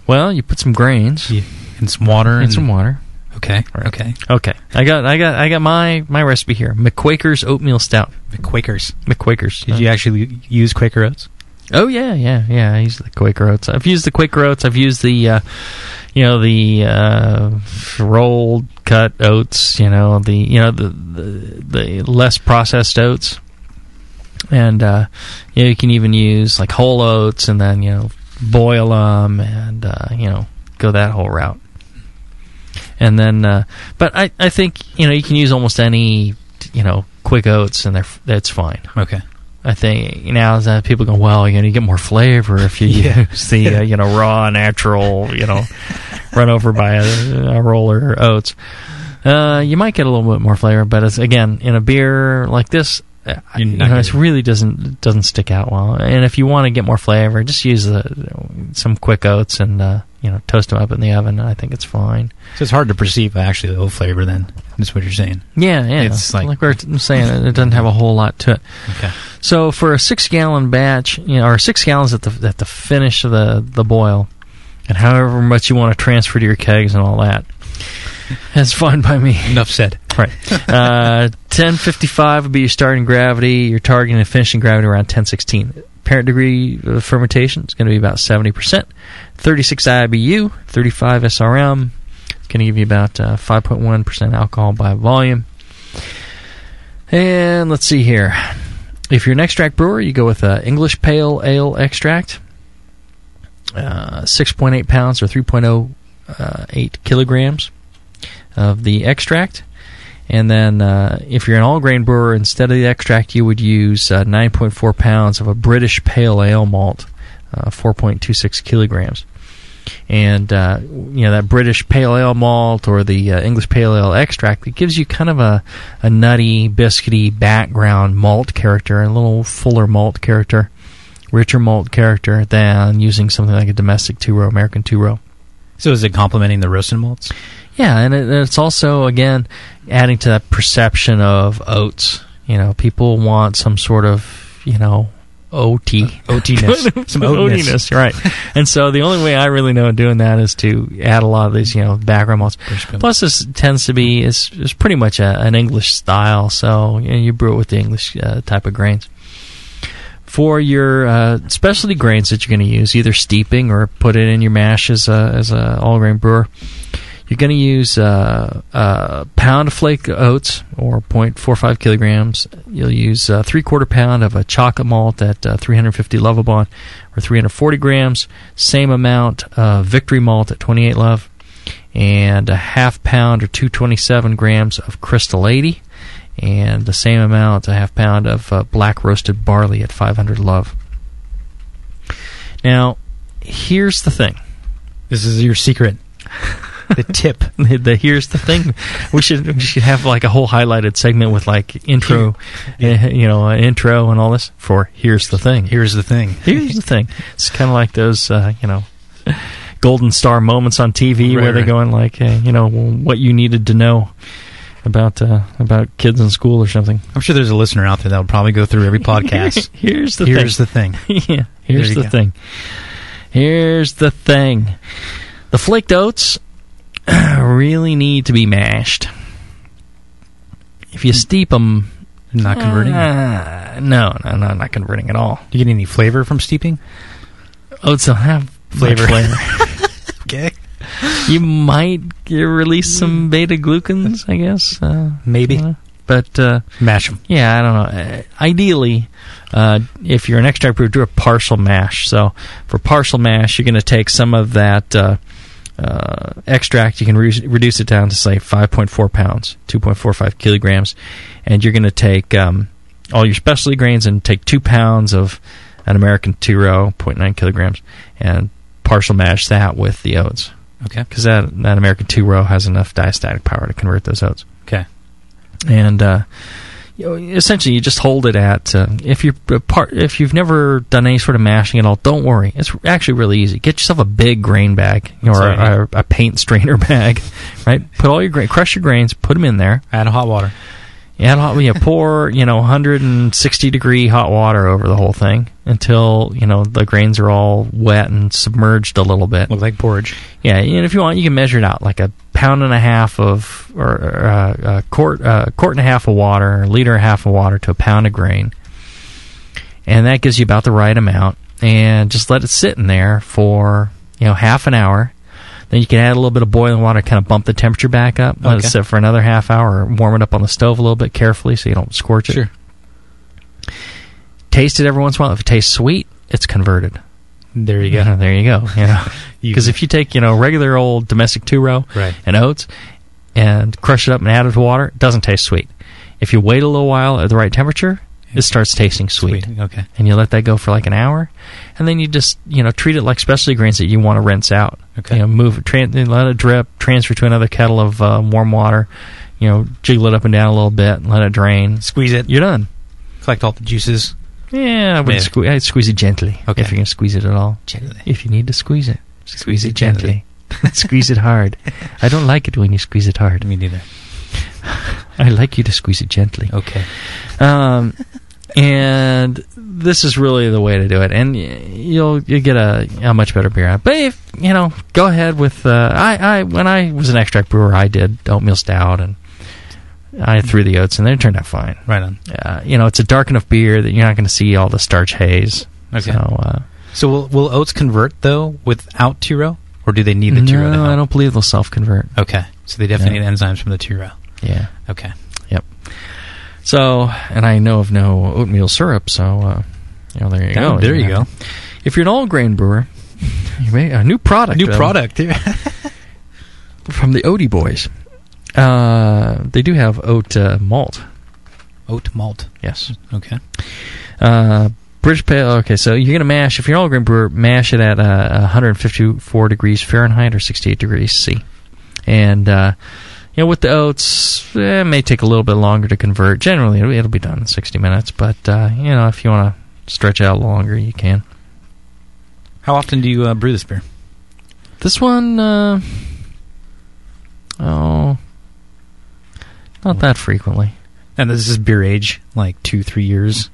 Speaker 2: well, you put some grains
Speaker 3: And some water
Speaker 2: and some water.
Speaker 3: Okay. Okay.
Speaker 2: Okay, I got, I got, I got my my recipe here: McQuaker's oatmeal stout.
Speaker 3: The Quakers.
Speaker 2: McQuaker's.
Speaker 3: Did you actually use Quaker oats?
Speaker 2: Oh yeah, yeah, yeah. I use the Quaker oats. I've used the Quaker oats. I've used the, uh, you know, the uh, rolled cut oats. You know, the you know the the, the less processed oats, and uh, you, know, you can even use like whole oats, and then you know boil them, and uh, you know go that whole route. And then, uh, but I I think you know you can use almost any you know quick oats, and they're f- that's fine.
Speaker 3: Okay.
Speaker 2: I think now is that people go, well, you know, you get more flavor if you
Speaker 3: Yeah.
Speaker 2: use the uh, you know raw natural, you know, run over by a, a roller oats. Uh, you might get a little bit more flavor, but it's again in a beer like this, uh,
Speaker 3: You're
Speaker 2: you
Speaker 3: not
Speaker 2: know, it
Speaker 3: gonna-
Speaker 2: really doesn't doesn't stick out well. And if you want to get more flavor, just use the, some quick oats and uh, you know toast them up in the oven, and I think it's fine.
Speaker 3: So it's hard to perceive actually the oat flavor then. That's what you're saying.
Speaker 2: Yeah, yeah.
Speaker 3: It's like-
Speaker 2: we we're t- saying, it it doesn't have a whole lot to it.
Speaker 3: Okay.
Speaker 2: So for a six gallon batch, you know, or six gallons at the at the finish of the the boil, and however much you want to transfer to your kegs and all that, that's fine by me.
Speaker 3: Enough said.
Speaker 2: Right. Uh, 1055 would be your starting gravity. Your targeting and finishing gravity around 1016. Parent degree of fermentation is going to be about 70%. 36 IBU, 35 SRM. It's going to give you about uh, 5.1% alcohol by volume. And let's see here. If you're an extract brewer, you go with uh, English Pale Ale extract, uh, 6.8 pounds or 3.08 uh, kilograms of the extract. And then, uh, if you're an all grain brewer, instead of the extract, you would use uh, 9.4 pounds of a British pale ale malt, uh, 4.26 kilograms. And uh, you know that British pale ale malt or the uh, English pale ale extract, it gives you kind of a, a nutty, biscuity background malt character, a little fuller malt character, richer malt character than using something like a domestic two row, American two row.
Speaker 3: So is it complementing the roasted malts?
Speaker 2: Yeah, and it, it's also again adding to that perception of oats. You know, people want some sort of you know oaty
Speaker 3: Oatiness. Some oatness.
Speaker 2: oatiness, right? and so the only way I really know doing that is to add a lot of these you know background malts. Plus, this tends to be is is pretty much a, an English style, so you, know, you brew it with the English uh, type of grains. for your uh, specialty grains that you're going to use, either steeping or put it in your mash as a, as a all grain brewer, you're going to use uh, a pound of flake oats or 0.45 kilograms. You'll use uh, three quarter pound of a chocolate malt at uh, 350 level bond or 340 grams. Same amount of victory malt at 28 love and a half pound or 227 grams of crystal 80 and the same amount, a half pound of uh, black roasted barley at 500 love. Now, here's the thing.
Speaker 3: This is your secret.
Speaker 2: The tip. the, here's the thing. We should we should have like a whole highlighted segment with like intro, eh, you know, an intro and all this for here's the thing.
Speaker 3: Here's the thing.
Speaker 2: Here's the thing. It's kind of like those, uh, you know, golden star moments on TV where
Speaker 3: Right,
Speaker 2: they're
Speaker 3: right.
Speaker 2: going like, uh, you know, what you needed to know about uh, about kids in school or something.
Speaker 3: I'm sure there's a listener out there that will probably go through every podcast.
Speaker 2: Here's the
Speaker 3: here's
Speaker 2: thing.
Speaker 3: the thing.
Speaker 2: yeah, here's
Speaker 3: There
Speaker 2: the
Speaker 3: you go.
Speaker 2: thing. Here's the thing. The flaked oats really need to be mashed. If you steep them,
Speaker 3: Not converting.
Speaker 2: no, no, no, not converting at all.
Speaker 3: Do you get any flavor from steeping?
Speaker 2: Oats don't have flavor.
Speaker 3: Flavor.
Speaker 2: flavor.
Speaker 3: Okay,
Speaker 2: you might get- release
Speaker 3: Mm.
Speaker 2: some beta glucans, I guess. Uh,
Speaker 3: maybe
Speaker 2: uh, but uh,
Speaker 3: mash them.
Speaker 2: Yeah, I don't know. Uh, ideally, uh, if you're an extract brewer, do a partial mash. So for partial mash, you're going to take some of that uh, uh, extract. You can re- reduce it down to say 5.4 pounds, 2.45 kilograms, and you're going to take um, all your specialty grains and take two pounds of an American two row, 0.9 kilograms, and partial mash that with the oats
Speaker 3: Okay.
Speaker 2: because that that American two row has enough diastatic power to convert those oats
Speaker 3: Okay.
Speaker 2: and uh, you know, essentially you just hold it at uh, if you are part if you've never done any sort of mashing at all don't worry it's actually really easy get yourself a big grain bag you know, or
Speaker 3: That's
Speaker 2: a, a paint strainer bag right put all your grain crush your grains put them in there
Speaker 3: Add hot water.
Speaker 2: and hot, you pour you know 160 degree hot water over the whole thing until you know the grains are all wet and submerged a little bit
Speaker 3: Look like porridge.
Speaker 2: yeah, and if you want, you can measure it out, like a pound and a half of, or uh, a quart, uh, quart and a half of water, a liter and a half of water to a pound of grain, and that gives you about the right amount. And just let it sit in there for you know half an hour. Then you can add a little bit of boiling water, kind of bump the temperature back up. Let
Speaker 3: Okay.
Speaker 2: it sit for another half hour, or warm it up on the stove a little bit carefully so you don't scorch it.
Speaker 3: Sure.
Speaker 2: Taste it every once in a while. If it tastes sweet, it's converted.
Speaker 3: There you
Speaker 2: Yeah,
Speaker 3: go.
Speaker 2: there you go. You know, because if you take you know regular old domestic two row
Speaker 3: Right.
Speaker 2: and oats and crush it up and add it to water, it doesn't taste sweet. If you wait a little while at the right temperature, it starts tasting sweet.
Speaker 3: Okay.
Speaker 2: And you let that go for like an hour, and then you just you know treat it like specialty grains that you want to rinse out.
Speaker 3: Okay.
Speaker 2: You know, move it, tran- let it drip, transfer to another kettle of uh, warm water. You know, jiggle it up and down a little bit, let it drain.
Speaker 3: Squeeze it.
Speaker 2: You're done.
Speaker 3: Collect all the juices.
Speaker 2: Yeah, I would
Speaker 3: Yeah.
Speaker 2: sque- I'd squeeze it gently.
Speaker 3: Okay.
Speaker 2: If you're going to squeeze it at all.
Speaker 3: Gently.
Speaker 2: If you need to squeeze it, squeeze it
Speaker 3: it gently.
Speaker 2: gently. squeeze it hard. I don't like it when you squeeze it hard.
Speaker 3: Me neither.
Speaker 2: I like you to squeeze it gently.
Speaker 3: Okay.
Speaker 2: Um, and this is really the way to do it, and y- you'll you get a, a much better beer. out. of it. But if you know, go ahead with. Uh, I I when I was an extract brewer, I did oatmeal stout, and I threw the oats, in there. it turned out fine.
Speaker 3: Right on.
Speaker 2: Uh, you know, it's a dark enough beer that you're not going to see all the starch haze.
Speaker 3: Okay.
Speaker 2: So, uh,
Speaker 3: So will, will oats convert though without tiro, or do they need the tiro? to
Speaker 2: no,
Speaker 3: help?
Speaker 2: I don't believe they'll self convert.
Speaker 3: Okay. So they definitely
Speaker 2: No.
Speaker 3: need enzymes from the tiro.
Speaker 2: Yeah.
Speaker 3: Okay.
Speaker 2: Yep. So, and I know of no oatmeal syrup, so uh, you know there you
Speaker 3: Oh,
Speaker 2: go.
Speaker 3: there you
Speaker 2: know.
Speaker 3: go.
Speaker 2: If you're an all grain brewer, you may a new product, um, from the Odie Boys. Uh, they do have oat uh, malt.
Speaker 3: Oat malt.
Speaker 2: Yes.
Speaker 3: Okay.
Speaker 2: Uh, British Pale. Okay, so you're gonna mash. If you're an all grain brewer, mash it at uh, 154 degrees Fahrenheit or 68 degrees C. And uh, you know, with the oats, eh, it may take a little bit longer to convert. Generally, it'll, it'll be done in 60 minutes. But uh, you know, if you want to stretch out longer, you can.
Speaker 3: How often do you uh, brew this beer?
Speaker 2: This one, uh, oh, not that frequently.
Speaker 3: And this is beer age, like two, three years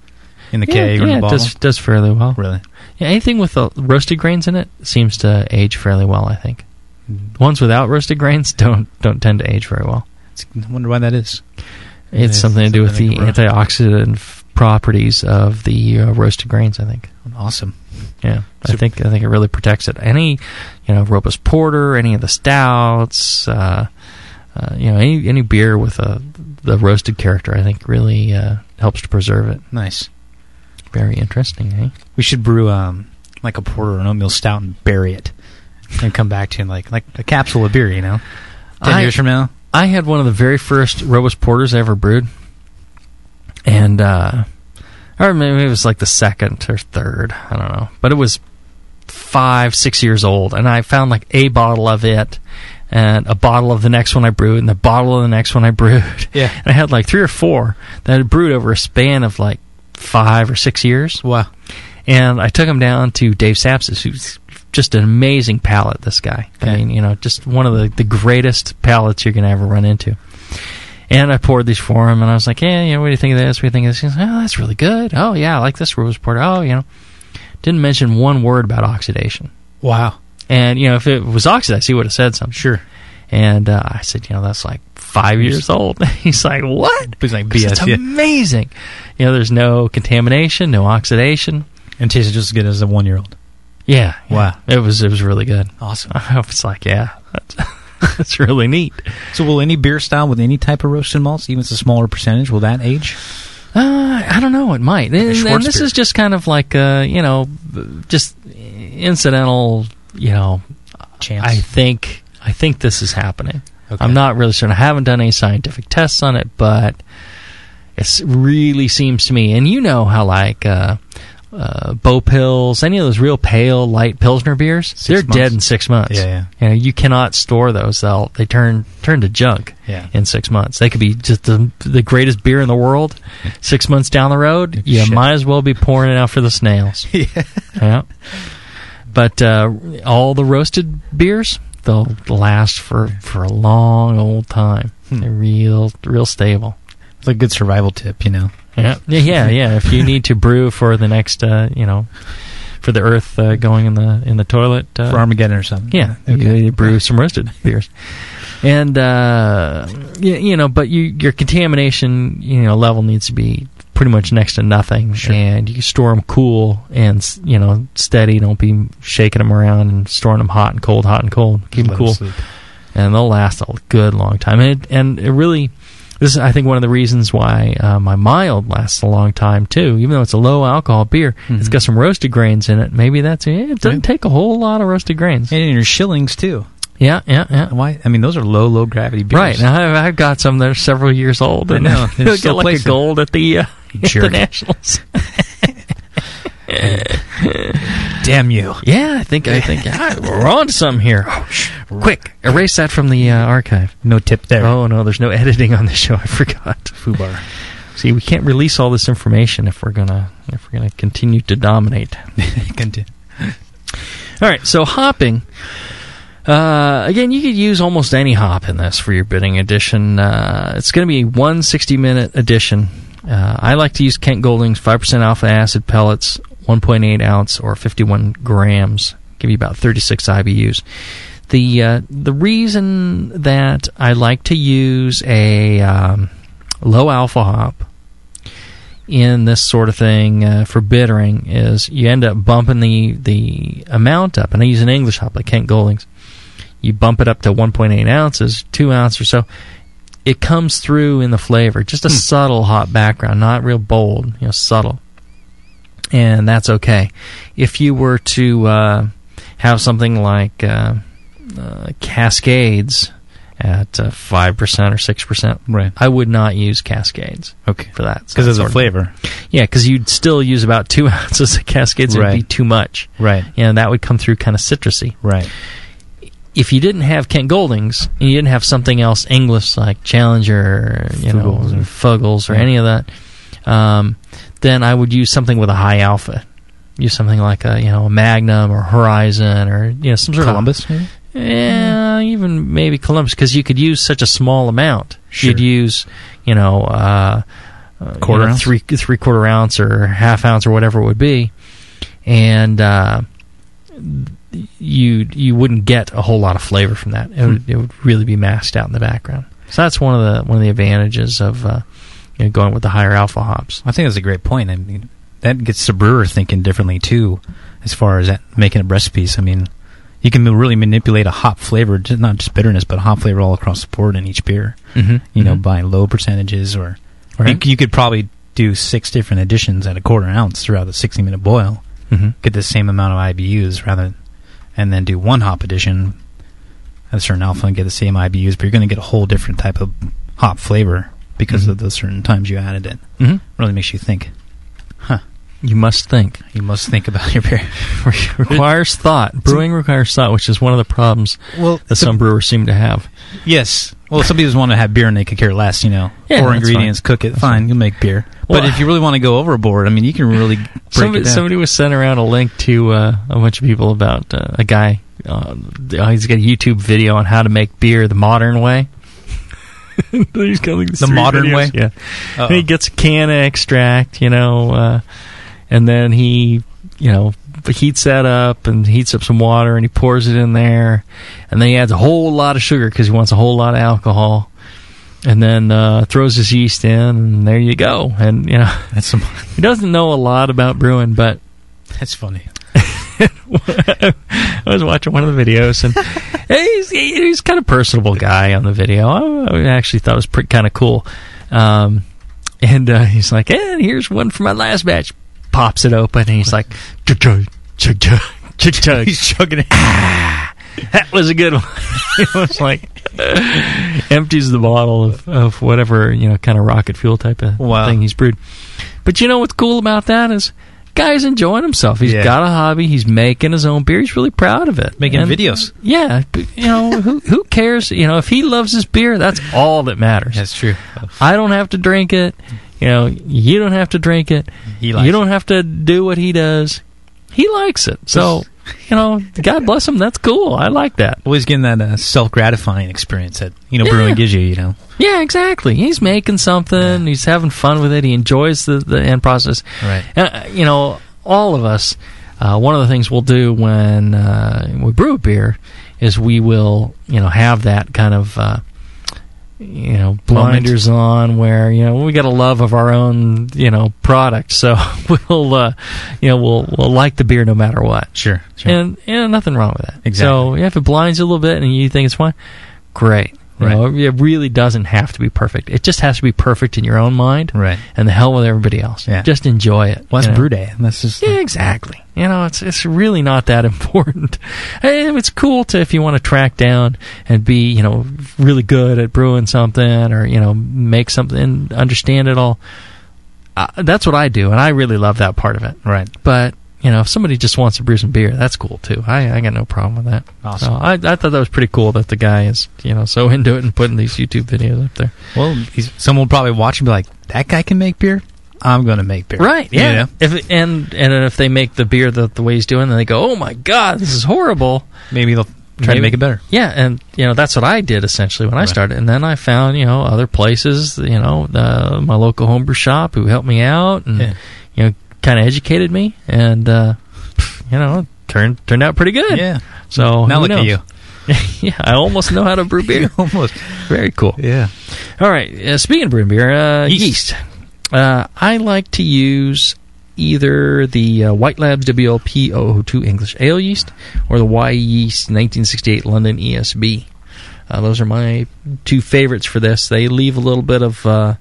Speaker 3: in the
Speaker 2: yeah,
Speaker 3: keg or in
Speaker 2: yeah,
Speaker 3: the
Speaker 2: it
Speaker 3: bottle.
Speaker 2: does does fairly well.
Speaker 3: Really?
Speaker 2: Yeah, anything with the roasted grains in it seems to age fairly well. I think ones without roasted grains don't don't tend to age very well.
Speaker 3: It's, I wonder why that is.
Speaker 2: It's
Speaker 3: It's
Speaker 2: something to do with the
Speaker 3: something like-
Speaker 2: antioxidant f- properties of the uh, roasted grains. I think.
Speaker 3: Awesome.
Speaker 2: Yeah, I think I think it really protects it. Any, you know, Robust Porter, any of the stouts, uh, uh, you know, any any beer with a the roasted character, I think really uh, helps to preserve it.
Speaker 3: Nice.
Speaker 2: Very interesting, eh?
Speaker 3: We should brew um, like a porter or an oatmeal stout and bury it, and come back to it like like a capsule of beer, you know. Ten
Speaker 2: I-
Speaker 3: years from now,
Speaker 2: I had one of the very first Robust Porters I ever brewed. And, uh, or maybe it was like the second or third. I don't know. But it was five, six years old. And I found like a bottle of it and a bottle of the next one I brewed and the bottle of the next one I brewed.
Speaker 3: Yeah.
Speaker 2: And I had like three or four that I brewed over a span of like five or six years.
Speaker 3: Wow.
Speaker 2: And I took them down to Dave Sapsis, who's just an amazing palate, this guy. I mean, you know, just one of the, the greatest palettes you're going to ever run into. And I poured these for him, and I was like, yeah, you know, what do you think of this? What do you think of this? He's like, oh, that's really good. Oh, yeah, I like this rose porter. Oh, you know. Didn't mention one word about oxidation.
Speaker 3: Wow.
Speaker 2: And, you know, if it was oxidized, he would have said something.
Speaker 3: Sure.
Speaker 2: And uh, I said, you know, that's like five years old. He's like, what?
Speaker 3: He's like
Speaker 2: Because It's
Speaker 3: BS. Yeah.
Speaker 2: amazing. You know, there's no contamination, no oxidation.
Speaker 3: And tastes just as good as a one year old.
Speaker 2: Yeah, yeah.
Speaker 3: Wow.
Speaker 2: It was it was really good.
Speaker 3: Awesome.
Speaker 2: I was like, yeah, that's, that's really neat.
Speaker 3: So, will any beer style with any type of roasted malts, even if it's a smaller percentage, will that age?
Speaker 2: Uh, I don't know. It might. And,
Speaker 3: Schwartz
Speaker 2: and this
Speaker 3: beer.
Speaker 2: is just kind of like uh, you know, just incidental. You know,
Speaker 3: Chance.
Speaker 2: I think I think this is happening.
Speaker 3: Okay.
Speaker 2: I'm not really certain. I haven't done any scientific tests on it, but it really seems to me. And you know how like uh, uh, bow pills, any of those real pale light pilsner beers, they they're
Speaker 3: months.
Speaker 2: dead in six months.
Speaker 3: Yeah, yeah.
Speaker 2: You know, you cannot store those. They'll they turn turn to junk.
Speaker 3: Yeah.
Speaker 2: in six months, they could be just the the greatest beer in the world. Six months down the road, you
Speaker 3: Shit.
Speaker 2: might as well be pouring it out for the snails. yeah. But uh, all the roasted beers, they'll last for, for a long old time. They're real real stable.
Speaker 3: It's a good survival tip, you know.
Speaker 2: Yeah, yeah, yeah. If you need to brew for the next, uh, you know, for the earth uh, going in the in the toilet, uh,
Speaker 3: For Armageddon or something.
Speaker 2: yeah, you,
Speaker 3: Okay.
Speaker 2: you brew some roasted beers, and uh, you, you know, but you, your contamination, you know, level needs to be pretty much next to nothing, and you store them cool and s- you know steady. Don't be shaking them around and storing them hot and cold, hot and cold. Keep them
Speaker 3: Let 'em
Speaker 2: cool
Speaker 3: sleep.
Speaker 2: and they'll last a good long time. And it, and it really, this is I think one of the reasons why uh, my mild lasts a long time too. Even though it's a low alcohol beer, it's got some roasted grains in it. Maybe that's it. It doesn't
Speaker 3: Mm-hmm. Right.
Speaker 2: take a whole lot of roasted grains.
Speaker 3: And in your shillings, too.
Speaker 2: yeah, yeah, yeah.
Speaker 3: Why? I mean, those are low, low gravity beers.
Speaker 2: Right now, I've, I've got some that are several years old.
Speaker 3: I
Speaker 2: And
Speaker 3: know. There's
Speaker 2: they'll get
Speaker 3: still
Speaker 2: like a
Speaker 3: places.
Speaker 2: gold at the, uh, at the
Speaker 3: jerk.
Speaker 2: nationals.
Speaker 3: Ah, Damn you.
Speaker 2: yeah, I think I think ah, we're on to some here. Quick, erase that from the uh, archive.
Speaker 3: No tip there.
Speaker 2: Oh no, there's no editing on this show. I forgot.
Speaker 3: Fubar.
Speaker 2: See, we can't release all this information if we're gonna if we're gonna continue to dominate.
Speaker 3: Continue.
Speaker 2: All right, so hopping. Uh, again, you could use almost any hop in this for your bidding edition. Uh, it's going to be one 60 minute edition. Uh, I like to use Kent Golding's 5% alpha acid pellets, 1.8 ounce or 51 grams. Give you about 36 IBUs. The uh, the reason that I like to use a um, low alpha hop in this sort of thing uh, for bittering is you end up bumping the the amount up. And I use an English hop like Kent Goldings. You bump it up to 1.8 ounces, two ounce or so. It comes through in the flavor, just
Speaker 3: Hmm.
Speaker 2: a subtle hop background, not real bold, you know, subtle. And that's okay. If you were to uh, have something like uh, uh, Cascades at uh, 5% or 6%,
Speaker 3: Right.
Speaker 2: I would not use Cascades
Speaker 3: Okay.
Speaker 2: for that.
Speaker 3: Because of
Speaker 2: sort
Speaker 3: the flavor.
Speaker 2: yeah, because you'd still use about two ounces of Cascades. It'd be
Speaker 3: Right.
Speaker 2: too much.
Speaker 3: Right.
Speaker 2: And that would come through kind of citrusy.
Speaker 3: Right.
Speaker 2: If you didn't have Kent Goldings and you didn't have something else English like Challenger, you
Speaker 3: Fuggles
Speaker 2: know,
Speaker 3: or-
Speaker 2: Fuggles or
Speaker 3: Yeah.
Speaker 2: any of that, um, then I would use something with a high alpha. Use something like a you know a Magnum or Horizon or you know some sort
Speaker 3: Columbus, maybe?
Speaker 2: of yeah even maybe Columbus because you could use such a small amount.
Speaker 3: Sure.
Speaker 2: You'd use you know. Uh,
Speaker 3: Quarter
Speaker 2: you know,
Speaker 3: ounce?
Speaker 2: three three quarter ounce or half ounce or whatever it would be, and uh, you you wouldn't get a whole lot of flavor from that. It would, it would really be masked out in the background. So that's one of the one of the advantages of uh, you know, going with the higher alpha hops.
Speaker 3: I think that's a great point. I mean, that gets the brewer thinking differently too, as far as that, making up recipes. I mean, you can really manipulate a hop flavor, just- not just bitterness, but hop flavor all across the board in each beer.
Speaker 2: Mhm.
Speaker 3: You know,
Speaker 2: Mhm.
Speaker 3: by low percentages, or
Speaker 2: Right.
Speaker 3: Mm-hmm. you, c- you could probably do six different additions at a quarter ounce throughout the sixty-minute boil.
Speaker 2: Mhm.
Speaker 3: Get the same amount of IBUs rather, and then do one hop addition at a certain alpha and get the same IBUs, but you're going to get a whole different type of hop flavor because of the certain times you added it.
Speaker 2: Mhm.
Speaker 3: Really makes you think. Huh.
Speaker 2: You must think.
Speaker 3: You must think about your beer.
Speaker 2: requires thought. Brewing requires thought, which is one of the problems
Speaker 3: Well,
Speaker 2: that some brewers seem to have.
Speaker 3: Yes. Well, some people just want to have beer and they could care less, you know.
Speaker 2: Yeah,
Speaker 3: Four
Speaker 2: that's
Speaker 3: ingredients,
Speaker 2: fine.
Speaker 3: cook it,
Speaker 2: That's
Speaker 3: fine,
Speaker 2: fine.
Speaker 3: you'll make beer.
Speaker 2: Well,
Speaker 3: but if you really want to go overboard, I mean, you can really break
Speaker 2: Somebody,
Speaker 3: it down.
Speaker 2: somebody was sent around a link to uh, a bunch of people about uh, a guy. Uh, he's got a YouTube video on how to make beer the modern way. He's got, like, these
Speaker 3: The
Speaker 2: three
Speaker 3: modern
Speaker 2: videos.
Speaker 3: way?
Speaker 2: Yeah.
Speaker 3: Uh-oh.
Speaker 2: He gets a can of extract, you know, uh, and then he, you know, heats that up and heats up some water and he pours it in there. And then he adds a whole lot of sugar because he wants a whole lot of alcohol. And then uh, throws his yeast in, and there you go. And, you know,
Speaker 3: That's some,
Speaker 2: he doesn't know a lot about brewing, but
Speaker 3: that's funny.
Speaker 2: I was watching one of the videos, and he's, he- he's kind of personable guy on the video. I, I actually thought it was pretty kind of cool. Um, and uh, he's like, "And here's one for my last batch." Pops it open, and he's like, "Chug chug chug chug chug chug."
Speaker 3: He's chugging it.
Speaker 2: That was a good one. it was like empties the bottle of, of whatever you know kind of rocket fuel type of
Speaker 3: Wow.
Speaker 2: thing he's brewed. But you know what's cool about that is. Guy's enjoying himself. He's
Speaker 3: Yeah.
Speaker 2: got a hobby. He's making his own beer. He's really proud of it.
Speaker 3: Making
Speaker 2: And-
Speaker 3: videos.
Speaker 2: yeah, but, you know who who cares? You know if he loves his beer, that's all that matters.
Speaker 3: That's true.
Speaker 2: I don't have to drink it. You know you don't have to drink it.
Speaker 3: He likes
Speaker 2: you don't have to do what he does. He likes it. So you know, God bless him. That's cool. I like that.
Speaker 3: Always getting that uh, self gratifying experience that, you know,
Speaker 2: Yeah.
Speaker 3: brewing gives you, you know.
Speaker 2: Yeah, exactly. He's making something. He's having fun with it. He enjoys the, the end process.
Speaker 3: Right.
Speaker 2: And, uh, you know, all of us, uh, one of the things we'll do when uh, we brew a beer is we will, you know, have that kind of, uh, you know, blinders on where, you know, we got a love of our own, you know, product. So we'll, uh, you know, we'll, we'll like the beer no matter what.
Speaker 3: Sure. sure.
Speaker 2: And, and nothing wrong with that.
Speaker 3: Exactly.
Speaker 2: So yeah, if it blinds you a little bit and you think it's fine, great. You
Speaker 3: Right.
Speaker 2: know, it really doesn't have to be perfect. It just has to be perfect in your own mind.
Speaker 3: Right.
Speaker 2: And the hell with everybody else.
Speaker 3: Yeah.
Speaker 2: Just enjoy it.
Speaker 3: Well,
Speaker 2: you
Speaker 3: that's
Speaker 2: know?
Speaker 3: brew day. That's just.
Speaker 2: Yeah, exactly. You know, it's it's really not that important. And it's cool to if you want to track down and be you know really good at brewing something or you know make something understand it all. Uh, that's what I do, and I really love that part of it.
Speaker 3: Right.
Speaker 2: But you know, if somebody just wants to brew some beer, that's cool too. I, I got no problem with that.
Speaker 3: Awesome.
Speaker 2: So I I thought that was pretty cool that the guy is you know so into it and putting these YouTube videos up there.
Speaker 3: Well, he's, someone will probably watch and be like, that guy can make beer? I'm going to make beer.
Speaker 2: Right.
Speaker 3: You
Speaker 2: Yeah.
Speaker 3: know?
Speaker 2: If and and if they make the beer the, the way he's doing, then they go, "Oh my god, this is horrible."
Speaker 3: Maybe they'll try
Speaker 2: Maybe-
Speaker 3: to make it better.
Speaker 2: Yeah, and you know that's what I did essentially when I
Speaker 3: Right.
Speaker 2: started, and then I found you know other places, you know, the, my local homebrew shop who helped me out, and
Speaker 3: Yeah.
Speaker 2: you know, kind of educated me, and uh, you know, turned turned out pretty good.
Speaker 3: Yeah.
Speaker 2: So
Speaker 3: now
Speaker 2: who
Speaker 3: look at
Speaker 2: knows?
Speaker 3: you.
Speaker 2: yeah, I almost know how to brew beer.
Speaker 3: Almost.
Speaker 2: Very cool.
Speaker 3: Yeah.
Speaker 2: All right. Uh, speaking of brewing beer, uh, yeast. Uh, I like to use either the uh, White Labs WLP 002 English Ale yeast or the Y Yeast 1968 London ESB. Uh, those are my two favorites for this. They leave a little bit of uh,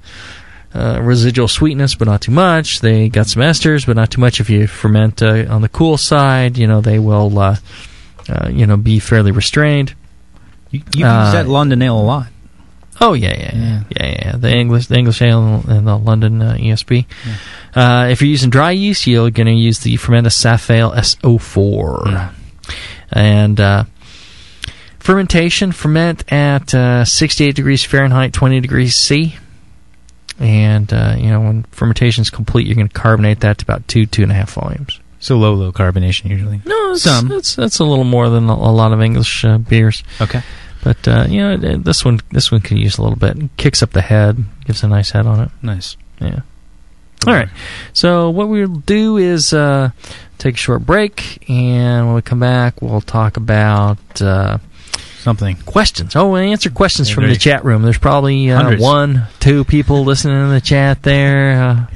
Speaker 2: uh, residual sweetness, but not too much. They got some esters, but not too much. If you ferment uh, on the cool side, you know they will, uh, uh, you know, be fairly restrained.
Speaker 3: You, you
Speaker 2: Uh,
Speaker 3: use that London ale a lot.
Speaker 2: Oh yeah, yeah, yeah, yeah, yeah. The English, the English ale, and the London uh, ESB. Uh, if you're using dry yeast, you're going to use the Fermentus Safale SO4, and uh, fermentation ferment at uh, 68 degrees Fahrenheit, 20 degrees C. And uh, you know when fermentation is complete, you're going to carbonate that to about two, two and a half volumes.
Speaker 3: So low, low carbonation usually.
Speaker 2: No, it's,
Speaker 3: Some.
Speaker 2: that's that's a little more than a, a lot of English uh, beers.
Speaker 3: Okay.
Speaker 2: But uh, you know th- this one, this one can use a little bit. Kicks up the head, gives a nice head on it.
Speaker 3: Nice.
Speaker 2: Yeah. All right. So what we'll do is uh, take a short break, and when we come back, we'll talk about uh,
Speaker 3: something.
Speaker 2: Questions. Oh, and answer questions
Speaker 3: Yeah,
Speaker 2: from
Speaker 3: there
Speaker 2: the
Speaker 3: you-
Speaker 2: chat room. There's probably uh,
Speaker 3: Hundreds.
Speaker 2: one, two people listening in the chat there. Uh,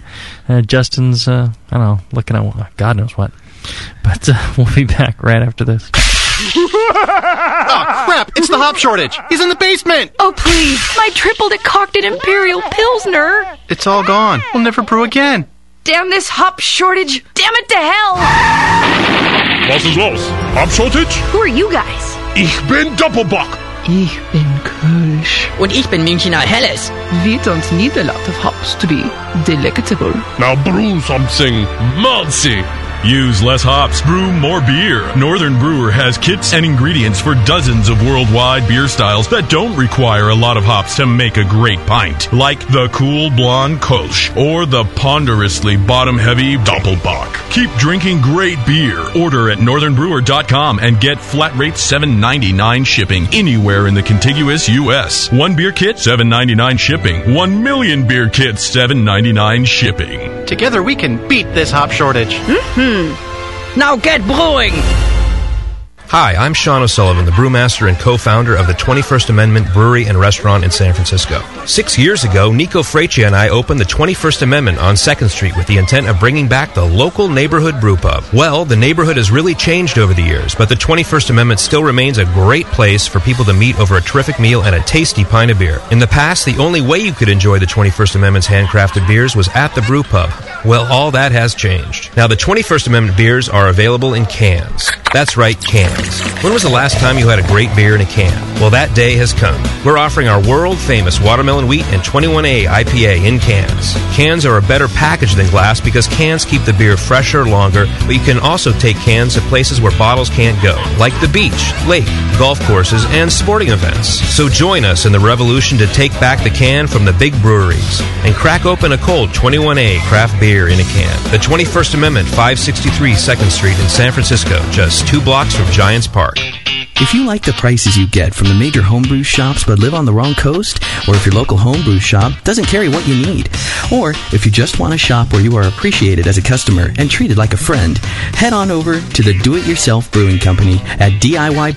Speaker 2: uh, Justin's, uh, I don't know, looking at what- God knows what. But uh, we'll be back right after this.
Speaker 7: oh, crap. It's the hop shortage. He's in the basement.
Speaker 4: Oh, please. My triple decocted Imperial Pilsner.
Speaker 7: It's all gone. We'll never brew again.
Speaker 4: Damn this hop shortage. Damn it to hell.
Speaker 9: Was ist los? Abschottage?
Speaker 4: Who are you guys?
Speaker 9: Ich bin Doppelbock.
Speaker 11: Ich bin Kölsch.
Speaker 12: Und ich bin Münchner Helles.
Speaker 11: We don't need a lot of hops to be delectable.
Speaker 9: Now brew something malty. Use less hops, brew more beer. Northern Brewer has kits and ingredients for dozens of worldwide beer styles that don't require a lot of hops to make a great pint, like the cool blonde Kolsch or the ponderously bottom heavy Doppelbock. Keep drinking great beer. Order at northernbrewer.com and get flat rate $7.99 shipping anywhere in the contiguous U.S. One beer kit, $7.99 shipping. One million beer kits, $7.99 shipping.
Speaker 7: Together we can beat this hop shortage.
Speaker 12: Hmm. Now get brewing.
Speaker 13: Hi, I'm Sean O'Sullivan, the brewmaster and co-founder of the 21st Amendment Brewery and Restaurant in San Francisco. Six years ago, Nico Freccia and I opened the 21st Amendment on 2nd Street with the intent of bringing back the local neighborhood brew pub. Well, the neighborhood has really changed over the years, but the 21st Amendment still remains a great place for people to meet over a terrific meal and a tasty pint of beer. In the past, the only way you could enjoy the 21st Amendment's handcrafted beers was at the brew pub. Well, all that has changed. Now, the 21st Amendment beers are available in cans. That's right, cans. When was the last time you had a great beer in a can? Well, that day has come. We're offering our world famous watermelon wheat and 21A IPA in cans. Cans are a better package than glass because cans keep the beer fresher longer, but you can also take cans to places where bottles can't go, like the beach, lake, golf courses, and sporting events. So join us in the revolution to take back the can from the big breweries and crack open a cold 21A craft beer in a can. The 21st Amendment, 563 2nd Street in San Francisco, just two blocks from Giants Park.
Speaker 14: If you like the prices you get from the major homebrew shops but live on the wrong coast, or if your local homebrew shop doesn't carry what you need, or if you just want a shop where you are appreciated as a customer and treated like a friend, head on over to the Do It Yourself Brewing Company at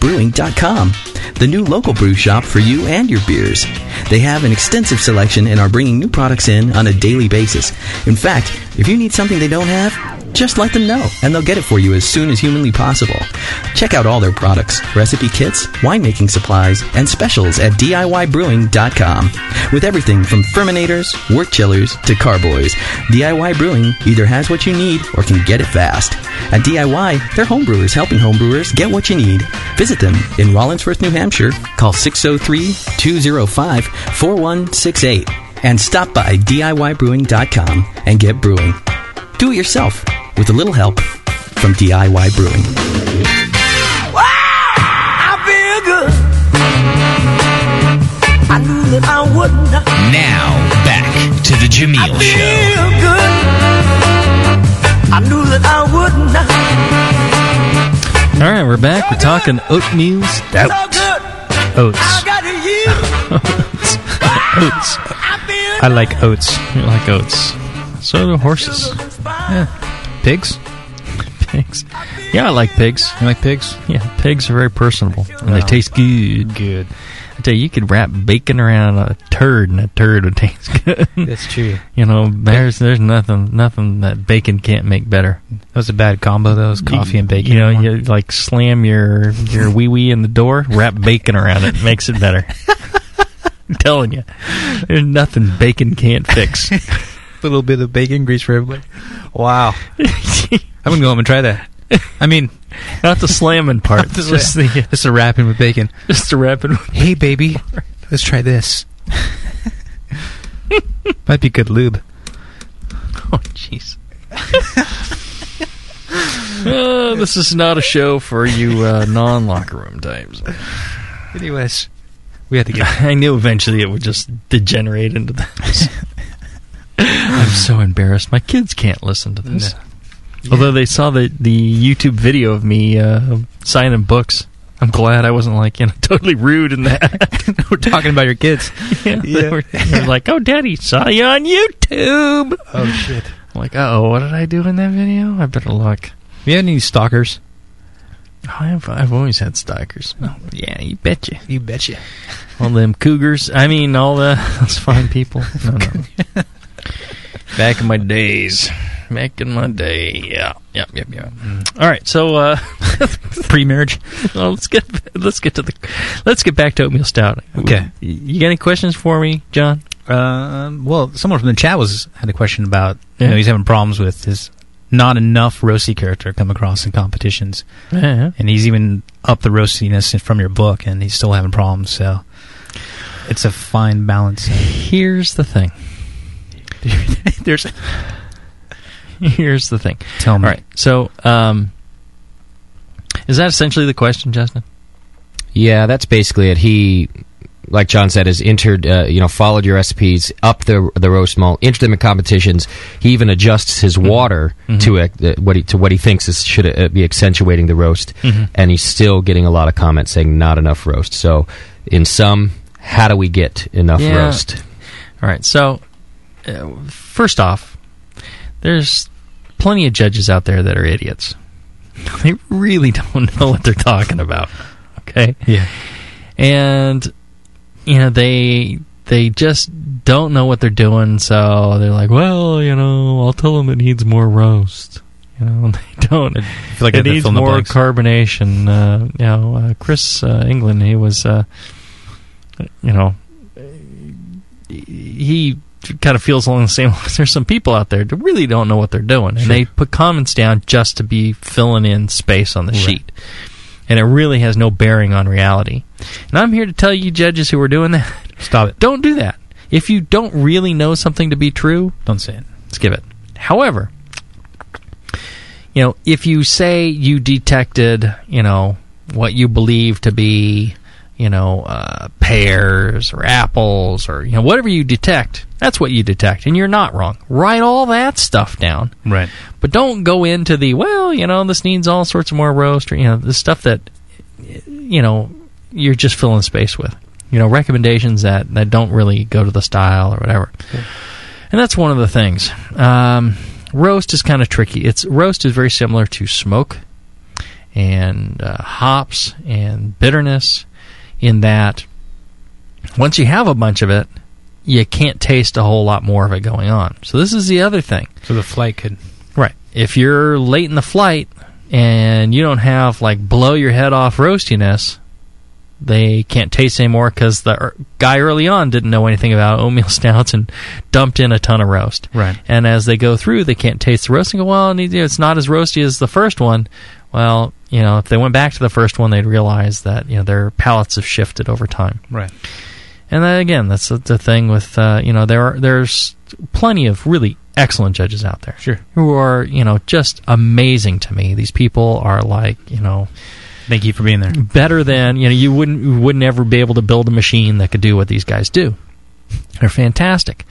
Speaker 14: DIYbrewing.com, the new local brew shop for you and your beers. They have an extensive selection and are bringing new products in on a daily basis. In fact, if you need something they don't have, just let them know, and they'll get it for you as soon as humanly possible. Check out all their products, recipe kits, winemaking supplies, and specials at DIYbrewing.com. With everything from ferminators, work chillers, to carboys, DIY Brewing either has what you need or can get it fast. At DIY, they're homebrewers helping homebrewers get what you need. Visit them in Rollinsworth, New Hampshire. Call 603 205 4168 and stop by DIYbrewing.com and get brewing. Do it yourself with a little help from DIY Brewing.
Speaker 15: I feel good. I knew that I would not
Speaker 16: Now, back to the Jameel Show.
Speaker 15: feel good. I knew that I would not.
Speaker 2: All right, we're back. We're talking oatmeal stout.
Speaker 3: Oats.
Speaker 15: I got a
Speaker 2: oats. oats.
Speaker 3: I like oats.
Speaker 2: You like oats. So do horses.
Speaker 3: Pigs?
Speaker 2: Pigs. Yeah, I like pigs.
Speaker 3: You like pigs?
Speaker 2: Yeah, pigs are very personable and they
Speaker 3: Wow.
Speaker 2: taste good. Good. I tell you, you could wrap bacon around a turd and a turd would taste good.
Speaker 3: That's true.
Speaker 2: You know, there's there's nothing nothing that bacon can't make better.
Speaker 3: That was a bad combo. That was coffee and bacon.
Speaker 2: You know, you like slam your your wee wee in the door, wrap bacon around it, makes it better. I'm telling you, there's nothing bacon can't fix.
Speaker 3: little bit of bacon grease for everybody. Wow. I'm going to go home and try that. I mean,
Speaker 2: not the slamming part.
Speaker 3: Just,
Speaker 2: just the
Speaker 3: just a wrapping with bacon.
Speaker 2: Just a wrapping. With
Speaker 3: hey, baby, let's try this. Might be good lube.
Speaker 2: Oh, jeez. Uh, this is not a show for you uh, non locker room types.
Speaker 3: Anyways, we had to get.
Speaker 2: I knew eventually it would just degenerate into this. I'm so embarrassed. My kids can't listen to this.
Speaker 3: No.
Speaker 2: Although they saw the, the YouTube video of me uh, signing books. I'm glad I wasn't like you know totally rude in that.
Speaker 3: we're talking about your kids.
Speaker 2: Yeah, They,
Speaker 3: Yeah.
Speaker 2: were, they were like, "Oh, Daddy saw you on YouTube."
Speaker 3: Oh shit!
Speaker 2: I'm like, "Oh, what did I do in that video? I better look."
Speaker 3: We had any stalkers?
Speaker 2: I've, I've always had stalkers. Oh, yeah, you betcha.
Speaker 17: You betcha.
Speaker 2: All them cougars. I mean, all the, those fine people. No, no. Back in my days. Back in my day. Yeah. Yep. Yep. Yep. All right. So uh,
Speaker 3: pre-marriage.
Speaker 2: Well, let's get let's get to the let's get back to oatmeal stout.
Speaker 3: Okay.
Speaker 2: You got any questions for me, John?
Speaker 3: Uh, well, someone from the chat was had a question about you
Speaker 2: Yeah.
Speaker 3: know he's having problems with his not enough roasty character come across in competitions,
Speaker 2: Yeah.
Speaker 3: and he's even up the roastiness from your book, and he's still having problems. So it's a fine balance.
Speaker 2: Here's the thing. There's. Here's the thing.
Speaker 3: Tell me.
Speaker 2: All right. So, um, is that essentially the question, Justin?
Speaker 1: Yeah, that's basically it. He, like John said, has entered, uh, you know, followed your recipes up the the roast malt, entered them in competitions. He even adjusts his water to uh, what he to what he thinks is should uh, be accentuating the roast,
Speaker 2: Mhm.
Speaker 1: and he's still getting a lot of comments saying not enough roast. So, in sum, how do we get enough
Speaker 2: Yeah.
Speaker 1: roast?
Speaker 2: All right. So, uh, first off, there's plenty of judges out there that are idiots. They really don't know what they're talking about. Okay.
Speaker 3: Yeah.
Speaker 2: And you know they they just don't know what they're doing, so they're like, well, you know, I'll tell them it needs more roast. You know, and they don't.
Speaker 3: feel like I
Speaker 2: it
Speaker 3: have to
Speaker 2: needs
Speaker 3: fill in the
Speaker 2: more
Speaker 3: blanks.
Speaker 2: carbonation. Uh, you know, uh, Chris uh, England, he was, uh, you know, he kind of feels along the same lines. There's some people out there that really don't know what they're doing, and they put comments down just to be filling in space on the sheet, and it really has no bearing on reality. And I'm here to tell you, judges who are doing that,
Speaker 3: stop it.
Speaker 2: Don't do that. If you don't really know something to be true,
Speaker 3: don't say it.
Speaker 2: Skip it. However, you know, if you say you detected, you know, what you believe to be, you know, uh, pears or apples or, you know, whatever you detect, that's what you detect. And you're not wrong. Write all that stuff down.
Speaker 3: Right.
Speaker 2: But don't go into the, well, you know, this needs all sorts of more roast or, you know, the stuff that, you know, you're just filling space with. You know, recommendations that, that don't really go to the style or whatever. And that's one of the things. Um, roast is kind of tricky. It's roast is very similar to smoke and uh, hops and bitterness in that once you have a bunch of it, you can't taste a whole lot more of it going on. So this is the other thing.
Speaker 3: So the flight could.
Speaker 2: Right. If you're late in the flight and you don't have like blow your head off roastiness, they can't taste anymore because the er- guy early on didn't know anything about oatmeal stouts and dumped in a ton of roast.
Speaker 3: Right.
Speaker 2: And as they go through, they can't taste the roast and go, well, I need- it's not as roasty as the first one. Well, you know, if they went back to the first one, they'd realize that, you know, their palates have shifted over time.
Speaker 3: Right.
Speaker 2: And then again, that's the, the thing with uh, you know there are there's plenty of really excellent judges out there,
Speaker 3: Sure.
Speaker 2: who are you know just amazing to me. These people are like you know
Speaker 3: Thank you for being there.
Speaker 2: better than you know you wouldn't you wouldn't ever be able to build a machine that could do what these guys do. They're fantastic,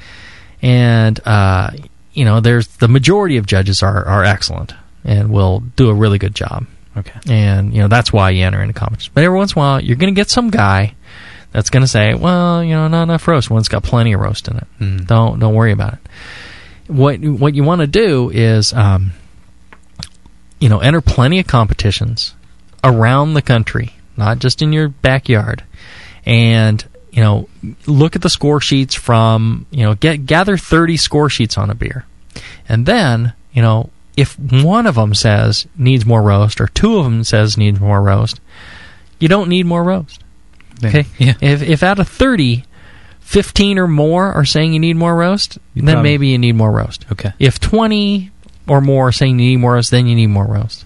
Speaker 2: and uh, you know there's the majority of judges are are excellent and will do a really good job.
Speaker 3: Okay.
Speaker 2: and you know that's why you enter into competition. But every once in a while, you're going to get some guy that's going to say, "Well, you know, not enough roast. One's got plenty of roast in it.
Speaker 3: Mm.
Speaker 2: Don't don't worry about it." What what you want to do is, um, you know, enter plenty of competitions around the country, not just in your backyard, and you know, look at the score sheets from you know, get gather thirty score sheets on a beer, and then you know, if one of them says needs more roast or two of them says needs more roast, you don't need more roast.
Speaker 3: Then-
Speaker 2: Okay. If if out of 30, 15 or more are saying you need more roast,
Speaker 3: You
Speaker 2: then
Speaker 3: probably-
Speaker 2: maybe you need more roast.
Speaker 3: Okay.
Speaker 2: If 20 or more are saying you need more roast, then you need more roast.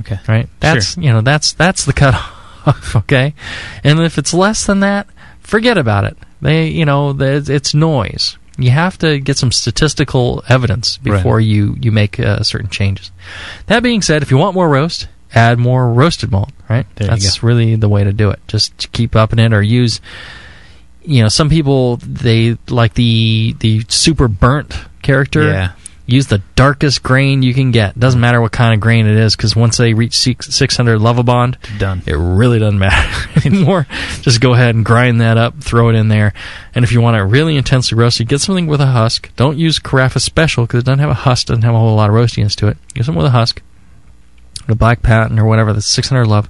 Speaker 3: Okay.
Speaker 2: Right? That's, you know, that's that's the cutoff, okay? And if it's less than that, forget about it. They, you know, the- it's noise. You have to get some statistical evidence
Speaker 3: Right.
Speaker 2: before you you make uh, certain changes. That being said, if you want more roast, add more roasted malt, right?
Speaker 3: There you
Speaker 2: That's really the way to do it. Just to keep upping it or use you know, some people they like the the super burnt character.
Speaker 3: Yeah.
Speaker 2: Use the darkest grain you can get. Doesn't matter what kind of grain it is, because once they reach six- 600 level bond,
Speaker 3: Done.
Speaker 2: it really doesn't matter anymore. Just go ahead and grind that up, throw it in there. And if you want it really intensely roasted, get something with a husk. Don't use Carafa Special because it doesn't have a husk, doesn't have a whole lot of roastiness to it. Get something with a husk. the black patent or whatever, the 600 love,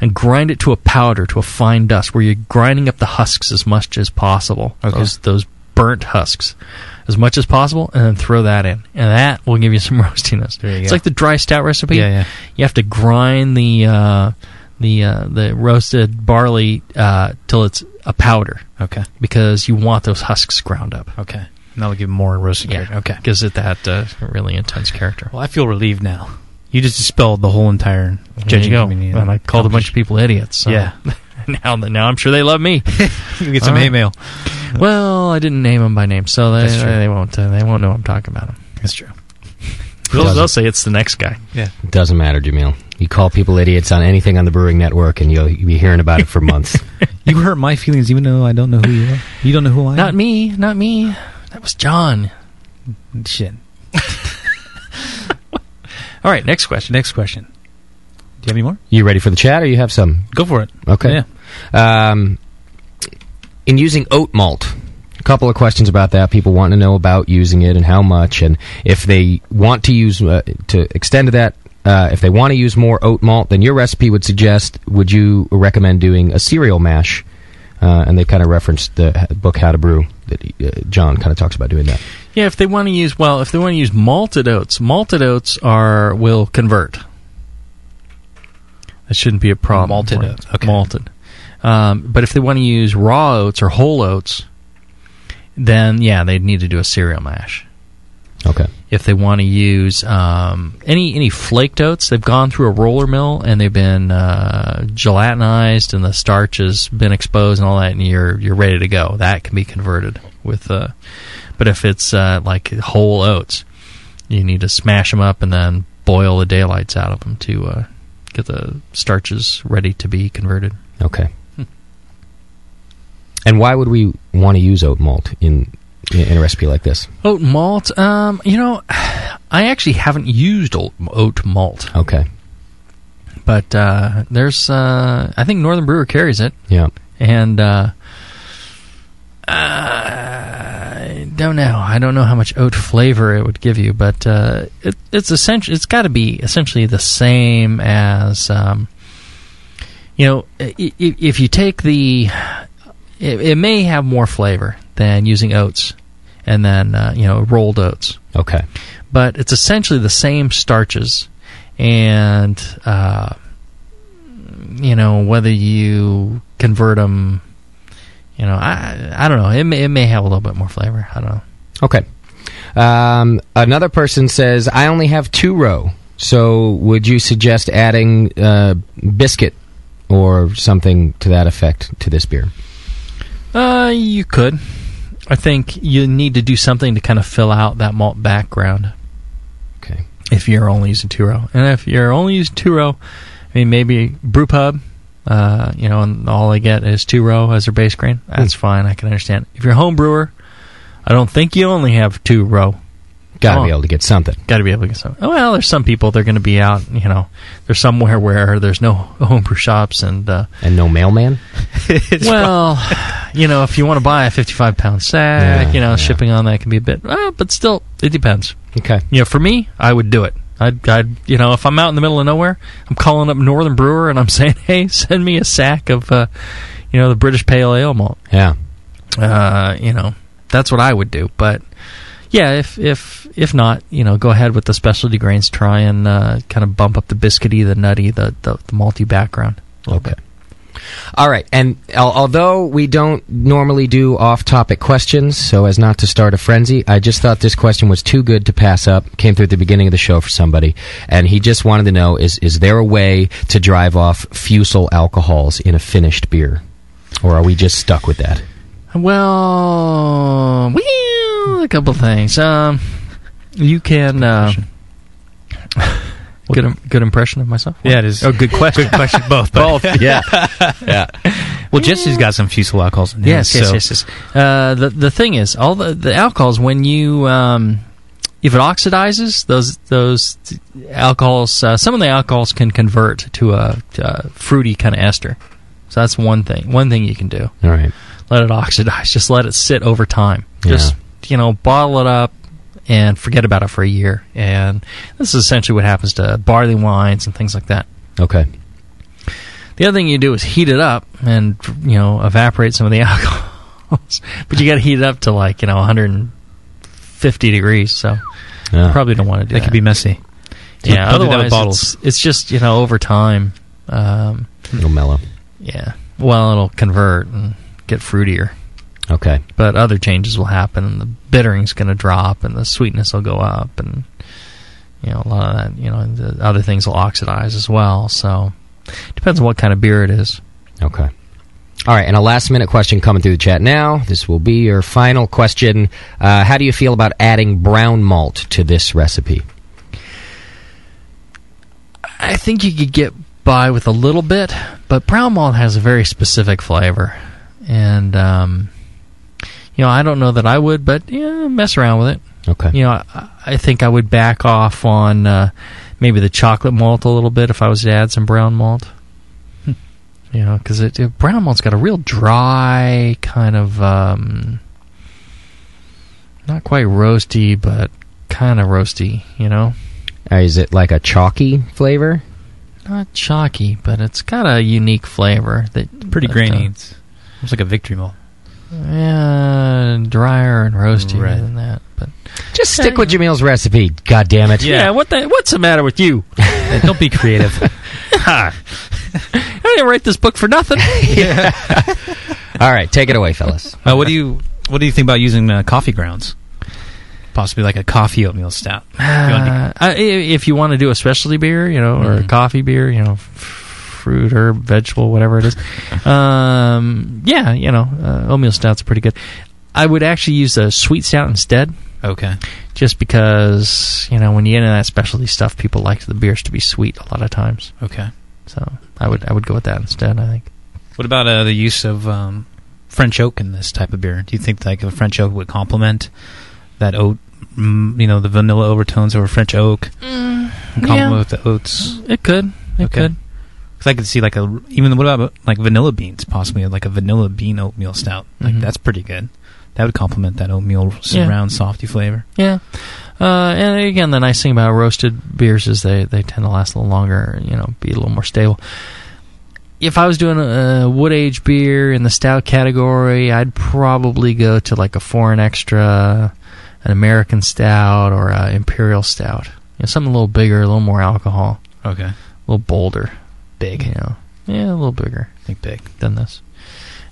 Speaker 2: and grind it to a powder, to a fine dust, where you're grinding up the husks as much as possible.
Speaker 3: Okay.
Speaker 2: Those, those burnt husks as much as possible, and then throw that in. And that will give you some roastiness. it's
Speaker 3: go.
Speaker 2: like the dry stout recipe.
Speaker 3: Yeah, yeah.
Speaker 2: You have to grind the uh, the uh, the roasted barley uh, till it's a powder.
Speaker 3: Okay.
Speaker 2: Because you want those husks ground up.
Speaker 3: Okay. And that'll give more roasted character. Okay.
Speaker 2: Gives it that uh, really intense character.
Speaker 3: Well, I feel relieved now. You just dispelled the whole entire
Speaker 2: There you
Speaker 3: judging
Speaker 2: go.
Speaker 3: community.
Speaker 2: And I called a bunch of people idiots. so-
Speaker 3: Yeah.
Speaker 2: now, now I'm sure they love me.
Speaker 3: You get some hate mail.
Speaker 2: Well, I didn't name them by name, so they,
Speaker 3: That's true.
Speaker 2: they won't uh, they won't know I'm talking about them.
Speaker 3: That's true.
Speaker 2: They'll, they'll say it's the next guy.
Speaker 3: Yeah.
Speaker 1: It doesn't matter, Jamil. You call people idiots on anything on the Brewing Network, and you'll, you'll be hearing about it for months.
Speaker 3: You hurt my feelings, even though I don't know who you are. You don't know who I
Speaker 2: Not me. Not me. That was John.
Speaker 3: am. Shit.
Speaker 2: All right. Next question.
Speaker 3: Next question. Do you have any more?
Speaker 1: You ready for the chat, or you have some?
Speaker 3: Go for it.
Speaker 1: Okay. Um, in using oat malt, a couple of questions about that. People want to know about using it and how much, and if they want to use uh, to extend to that. Uh, if they want to use more oat malt than your recipe would suggest, would you recommend doing a cereal mash? Uh, and they kind of referenced the h- book How to Brew that uh, John kind of talks about doing that.
Speaker 2: Yeah, if they want to use well, if they want to use malted oats, malted oats are will convert. That shouldn't be a problem. Malted
Speaker 3: oats,
Speaker 2: okay. Malted. Um, but if they want to use raw oats or whole oats, then yeah, they'd need to do a cereal mash.
Speaker 1: Okay.
Speaker 2: If they want to use um, any any flaked oats, they've gone through a roller mill and they've been uh, gelatinized, and the starch has been exposed and all that, and you're you're ready to go. That can be converted with, uh, but if it's uh, like whole oats, you need to smash them up and then boil the daylights out of them to uh, get the starches ready to be converted.
Speaker 1: Okay. And why would we want to use oat malt in in a recipe like this?
Speaker 2: Oat malt. Um, you know, I actually haven't used oat, oat malt.
Speaker 1: Okay.
Speaker 2: But uh, there's, uh, I think Northern Brewer carries it.
Speaker 1: Yeah.
Speaker 2: And uh, I don't know. I don't know how much oat flavor it would give you, but uh, it, it's essentially it's got to be essentially the same as, um, you know, i- i- if you take the, it, it may have more flavor than using oats, and then uh, you know rolled oats.
Speaker 1: Okay.
Speaker 2: But it's essentially the same starches, and uh, you know whether you convert them. You know, I I don't know. It may, it may have a little bit more flavor. I don't know.
Speaker 1: Okay. Um, another person says, I only have two row. So would you suggest adding uh, biscuit or something to that effect to this beer?
Speaker 2: Uh, you could. I think you need to do something to kind of fill out that malt background.
Speaker 1: Okay.
Speaker 2: If you're only using two row, and if you're only using two row, I mean maybe brewpub. Uh, you know, and all they get is two row as their base grain. That's fine. I can understand. If you're a home brewer, I don't think you only have two row.
Speaker 1: Gotta
Speaker 7: Oh.
Speaker 2: Come
Speaker 1: be
Speaker 2: on.
Speaker 1: able to get something.
Speaker 2: Got to be able to get some. oh, Well, there's some people they're going to be out. You know, there's somewhere where there's no homebrew shops and uh,
Speaker 1: And no mailman?
Speaker 2: well, you know, if you want to buy a 55 pound sack,
Speaker 1: Yeah,
Speaker 2: you know, shipping on that can be a bit, uh, but still, it depends.
Speaker 1: Okay.
Speaker 2: You know, for me, I would do it. I'd, I'd, you know, if I'm out in the middle of nowhere, I'm calling up Northern Brewer and I'm saying, hey, send me a sack of, uh, you know, the British Pale Ale malt.
Speaker 1: Yeah.
Speaker 2: Uh, you know, that's what I would do. But yeah, if if if not, you know, go ahead with the specialty grains. Try and uh, kind of bump up the biscuity, the nutty, the the, the malty background.
Speaker 1: Okay. All right, and al- although we don't normally do off-topic questions, so as not to start a frenzy, I just thought this question was too good to pass up. Came through at the beginning of the show for somebody, and he just wanted to know: is is there a way to drive off fusel alcohols in a finished beer, or are we just stuck with that?
Speaker 2: Well, well, a couple things. Um, you can. Uh, good, im- good impression of myself.
Speaker 3: Yeah, it is.
Speaker 2: Oh, good question.
Speaker 3: Good question. Both. but-
Speaker 2: Both.
Speaker 3: Yeah. yeah. Well, Jesse's got some fusel alcohols. In
Speaker 2: Yes,
Speaker 3: his,
Speaker 2: yes,
Speaker 3: so-
Speaker 2: yes, yes. Uh, the the thing is, all the the alcohols when you um, if it oxidizes, those those alcohols, uh, some of the alcohols can convert to a, to a fruity kind of ester. So that's one thing. One thing you can do.
Speaker 1: All right.
Speaker 2: Let it oxidize. Just let it sit over time.
Speaker 1: Yeah.
Speaker 2: Just you know, bottle it up, and forget about it for a year. And this is essentially what happens to barley wines and things like that.
Speaker 1: Okay.
Speaker 2: The other thing you do is heat it up and you know evaporate some of the alcohols, but you got to heat it up to like you know 150 degrees. So
Speaker 1: Ah,
Speaker 3: Yeah.
Speaker 2: probably don't want to do
Speaker 3: That
Speaker 2: that.
Speaker 3: could be messy. So
Speaker 2: yeah,
Speaker 3: pump it out of
Speaker 2: otherwise
Speaker 3: bottles.
Speaker 2: It's, it's just you know over time um,
Speaker 1: it'll mellow.
Speaker 2: Yeah, well it'll convert and get fruitier.
Speaker 1: Okay.
Speaker 2: but other changes will happen, and the bittering's going to drop, and the sweetness will go up, and you know a lot of that. You know, the other things will oxidize as well. So depends on what kind of beer it is.
Speaker 1: Okay. All right, and a last minute question coming through the chat now. This will be your final question. Uh, how do you feel about adding brown malt to this recipe?
Speaker 2: I think you could get by with a little bit, but brown malt has a very specific flavor, and um, you know I don't know that I would, but yeah, mess around with it.
Speaker 1: Okay.
Speaker 2: You know, I, I think I would back off on uh, maybe the chocolate malt a little bit if I was to add some brown malt.
Speaker 3: Hmm.
Speaker 2: You know, because it, it- brown malt's got a real dry kind of, um, not quite roasty, but kind of roasty. You know,
Speaker 1: Uh, is it like a chalky flavor?
Speaker 2: not chalky, but it's got a unique flavor that
Speaker 3: Pretty
Speaker 2: that,
Speaker 3: grainy. It's almost like a victory malt.
Speaker 2: Uh, yeah, drier and roastier
Speaker 3: Right.
Speaker 2: than that. But
Speaker 1: Just stick with Jamil's recipe. God damn it!
Speaker 2: Yeah, what the what's the matter with you?
Speaker 3: Don't be creative.
Speaker 2: I didn't write this book for nothing.
Speaker 1: All right, take it away, fellas.
Speaker 3: Uh, what do you What do you think about using uh, coffee grounds? Possibly like a coffee oatmeal stout.
Speaker 2: Uh, I- i- if you want to do a specialty beer, you know, or a coffee beer, you know, f- fruit, herb, vegetable, whatever it is, um, yeah, you know, uh, oatmeal stout's pretty good. I would actually use a sweet stout instead.
Speaker 3: Okay.
Speaker 2: Just because you know when you get into that specialty stuff, people like the beers to be sweet a lot of times.
Speaker 3: Okay.
Speaker 2: So I would I would go with that instead. I think.
Speaker 3: What about uh, the use of um, French oak in this type of beer? Do you think like a French oak would complement that oat? Mm, you know, the vanilla overtones of a French oak
Speaker 2: Mm,
Speaker 3: and complement with the oats.
Speaker 2: It could. It could.
Speaker 3: Because I could see like a even what about like vanilla beans? Possibly like a vanilla bean oatmeal stout. Like
Speaker 2: Mhm.
Speaker 3: that's pretty good. That would complement that oatmeal
Speaker 2: Yeah.
Speaker 3: round softy flavor.
Speaker 2: Yeah. Uh, and again, the nice thing about roasted beers is they, they tend to last a little longer, you know, be a little more stable. If I was doing a, a wood age beer in the stout category, I'd probably go to like a foreign extra, an American stout, or an imperial stout. You know, something a little bigger, a little more alcohol.
Speaker 3: Okay.
Speaker 2: A little bolder. Big. You know. Yeah, a little bigger.
Speaker 3: Think big.
Speaker 2: Than this.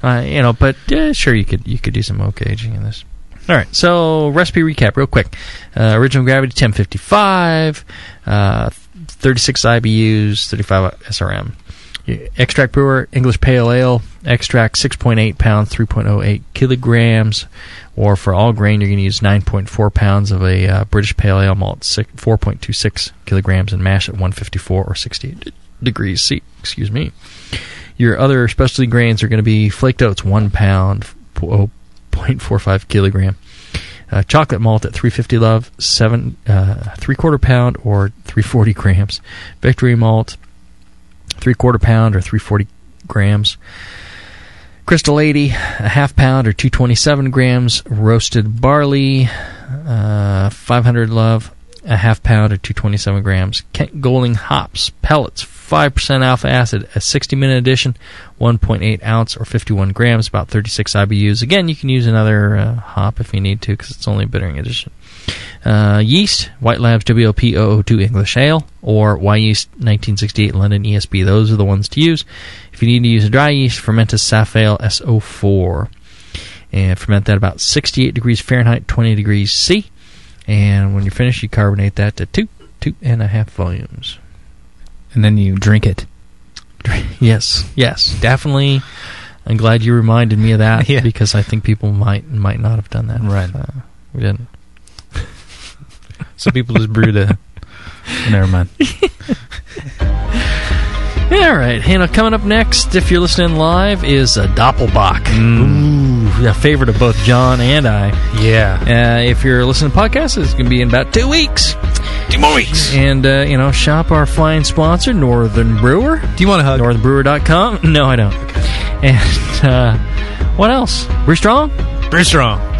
Speaker 2: Uh, you know, but uh, sure, you could you could do some oak aging in this. All right, so recipe recap real quick. Uh, original gravity 1055, uh, 36 IBUs, 35 SRM. Y- Extract brewer, English pale ale, extract 6.8 pounds, 3.08 kilograms, or for all grain, you're going to use 9.4 pounds of a uh, British pale ale malt, six, 4.26 kilograms, and mash at 154 or 68 d- degrees C. Excuse me. Your other specialty grains are going to be flaked oats, one pound, p- oh, 0.45 kilogram. Uh, chocolate malt at 350 love, seven uh, three quarter pound or 340 grams. Victory malt, three quarter pound or 340 grams. Crystal 80, a half pound or 227 grams. Roasted barley, uh, 500 love, a half pound or 227 grams. Kent Golding hops, pellets, 5% alpha acid, a 60 minute edition, 1.8 ounce or 51 grams, about 36 IBUs. Again, you can use another uh, hop if you need to because it's only a bittering edition. Uh, yeast, White Labs WOP 002 English Ale, or Y Yeast 1968 London ESB. Those are the ones to use. If you need to use a dry yeast, Fermentus Saf Ale SO4. And ferment that about 68 degrees Fahrenheit, 20 degrees C. And when you're finished, you carbonate that to two, two and a half volumes.
Speaker 3: And then you drink it.
Speaker 2: Yes, yes, definitely. I'm glad you reminded me of that
Speaker 3: Yeah.
Speaker 2: because I think people might and might not have done that. Right, uh, we didn't.
Speaker 3: Some people just brew the. Never mind.
Speaker 2: All right, you know, coming up next, if you're listening live, is a Doppelbach. Ooh, a favorite of both John and I. Mm. Yeah. Uh, if you're listening to podcasts, it's going to be in about two weeks. Two more weeks. And, uh, you know, shop our flying sponsor, Northern Brewer. Do you want a hug? NorthernBrewer.com. No, I don't. And uh, what else? Brew Strong?
Speaker 3: Brew Strong.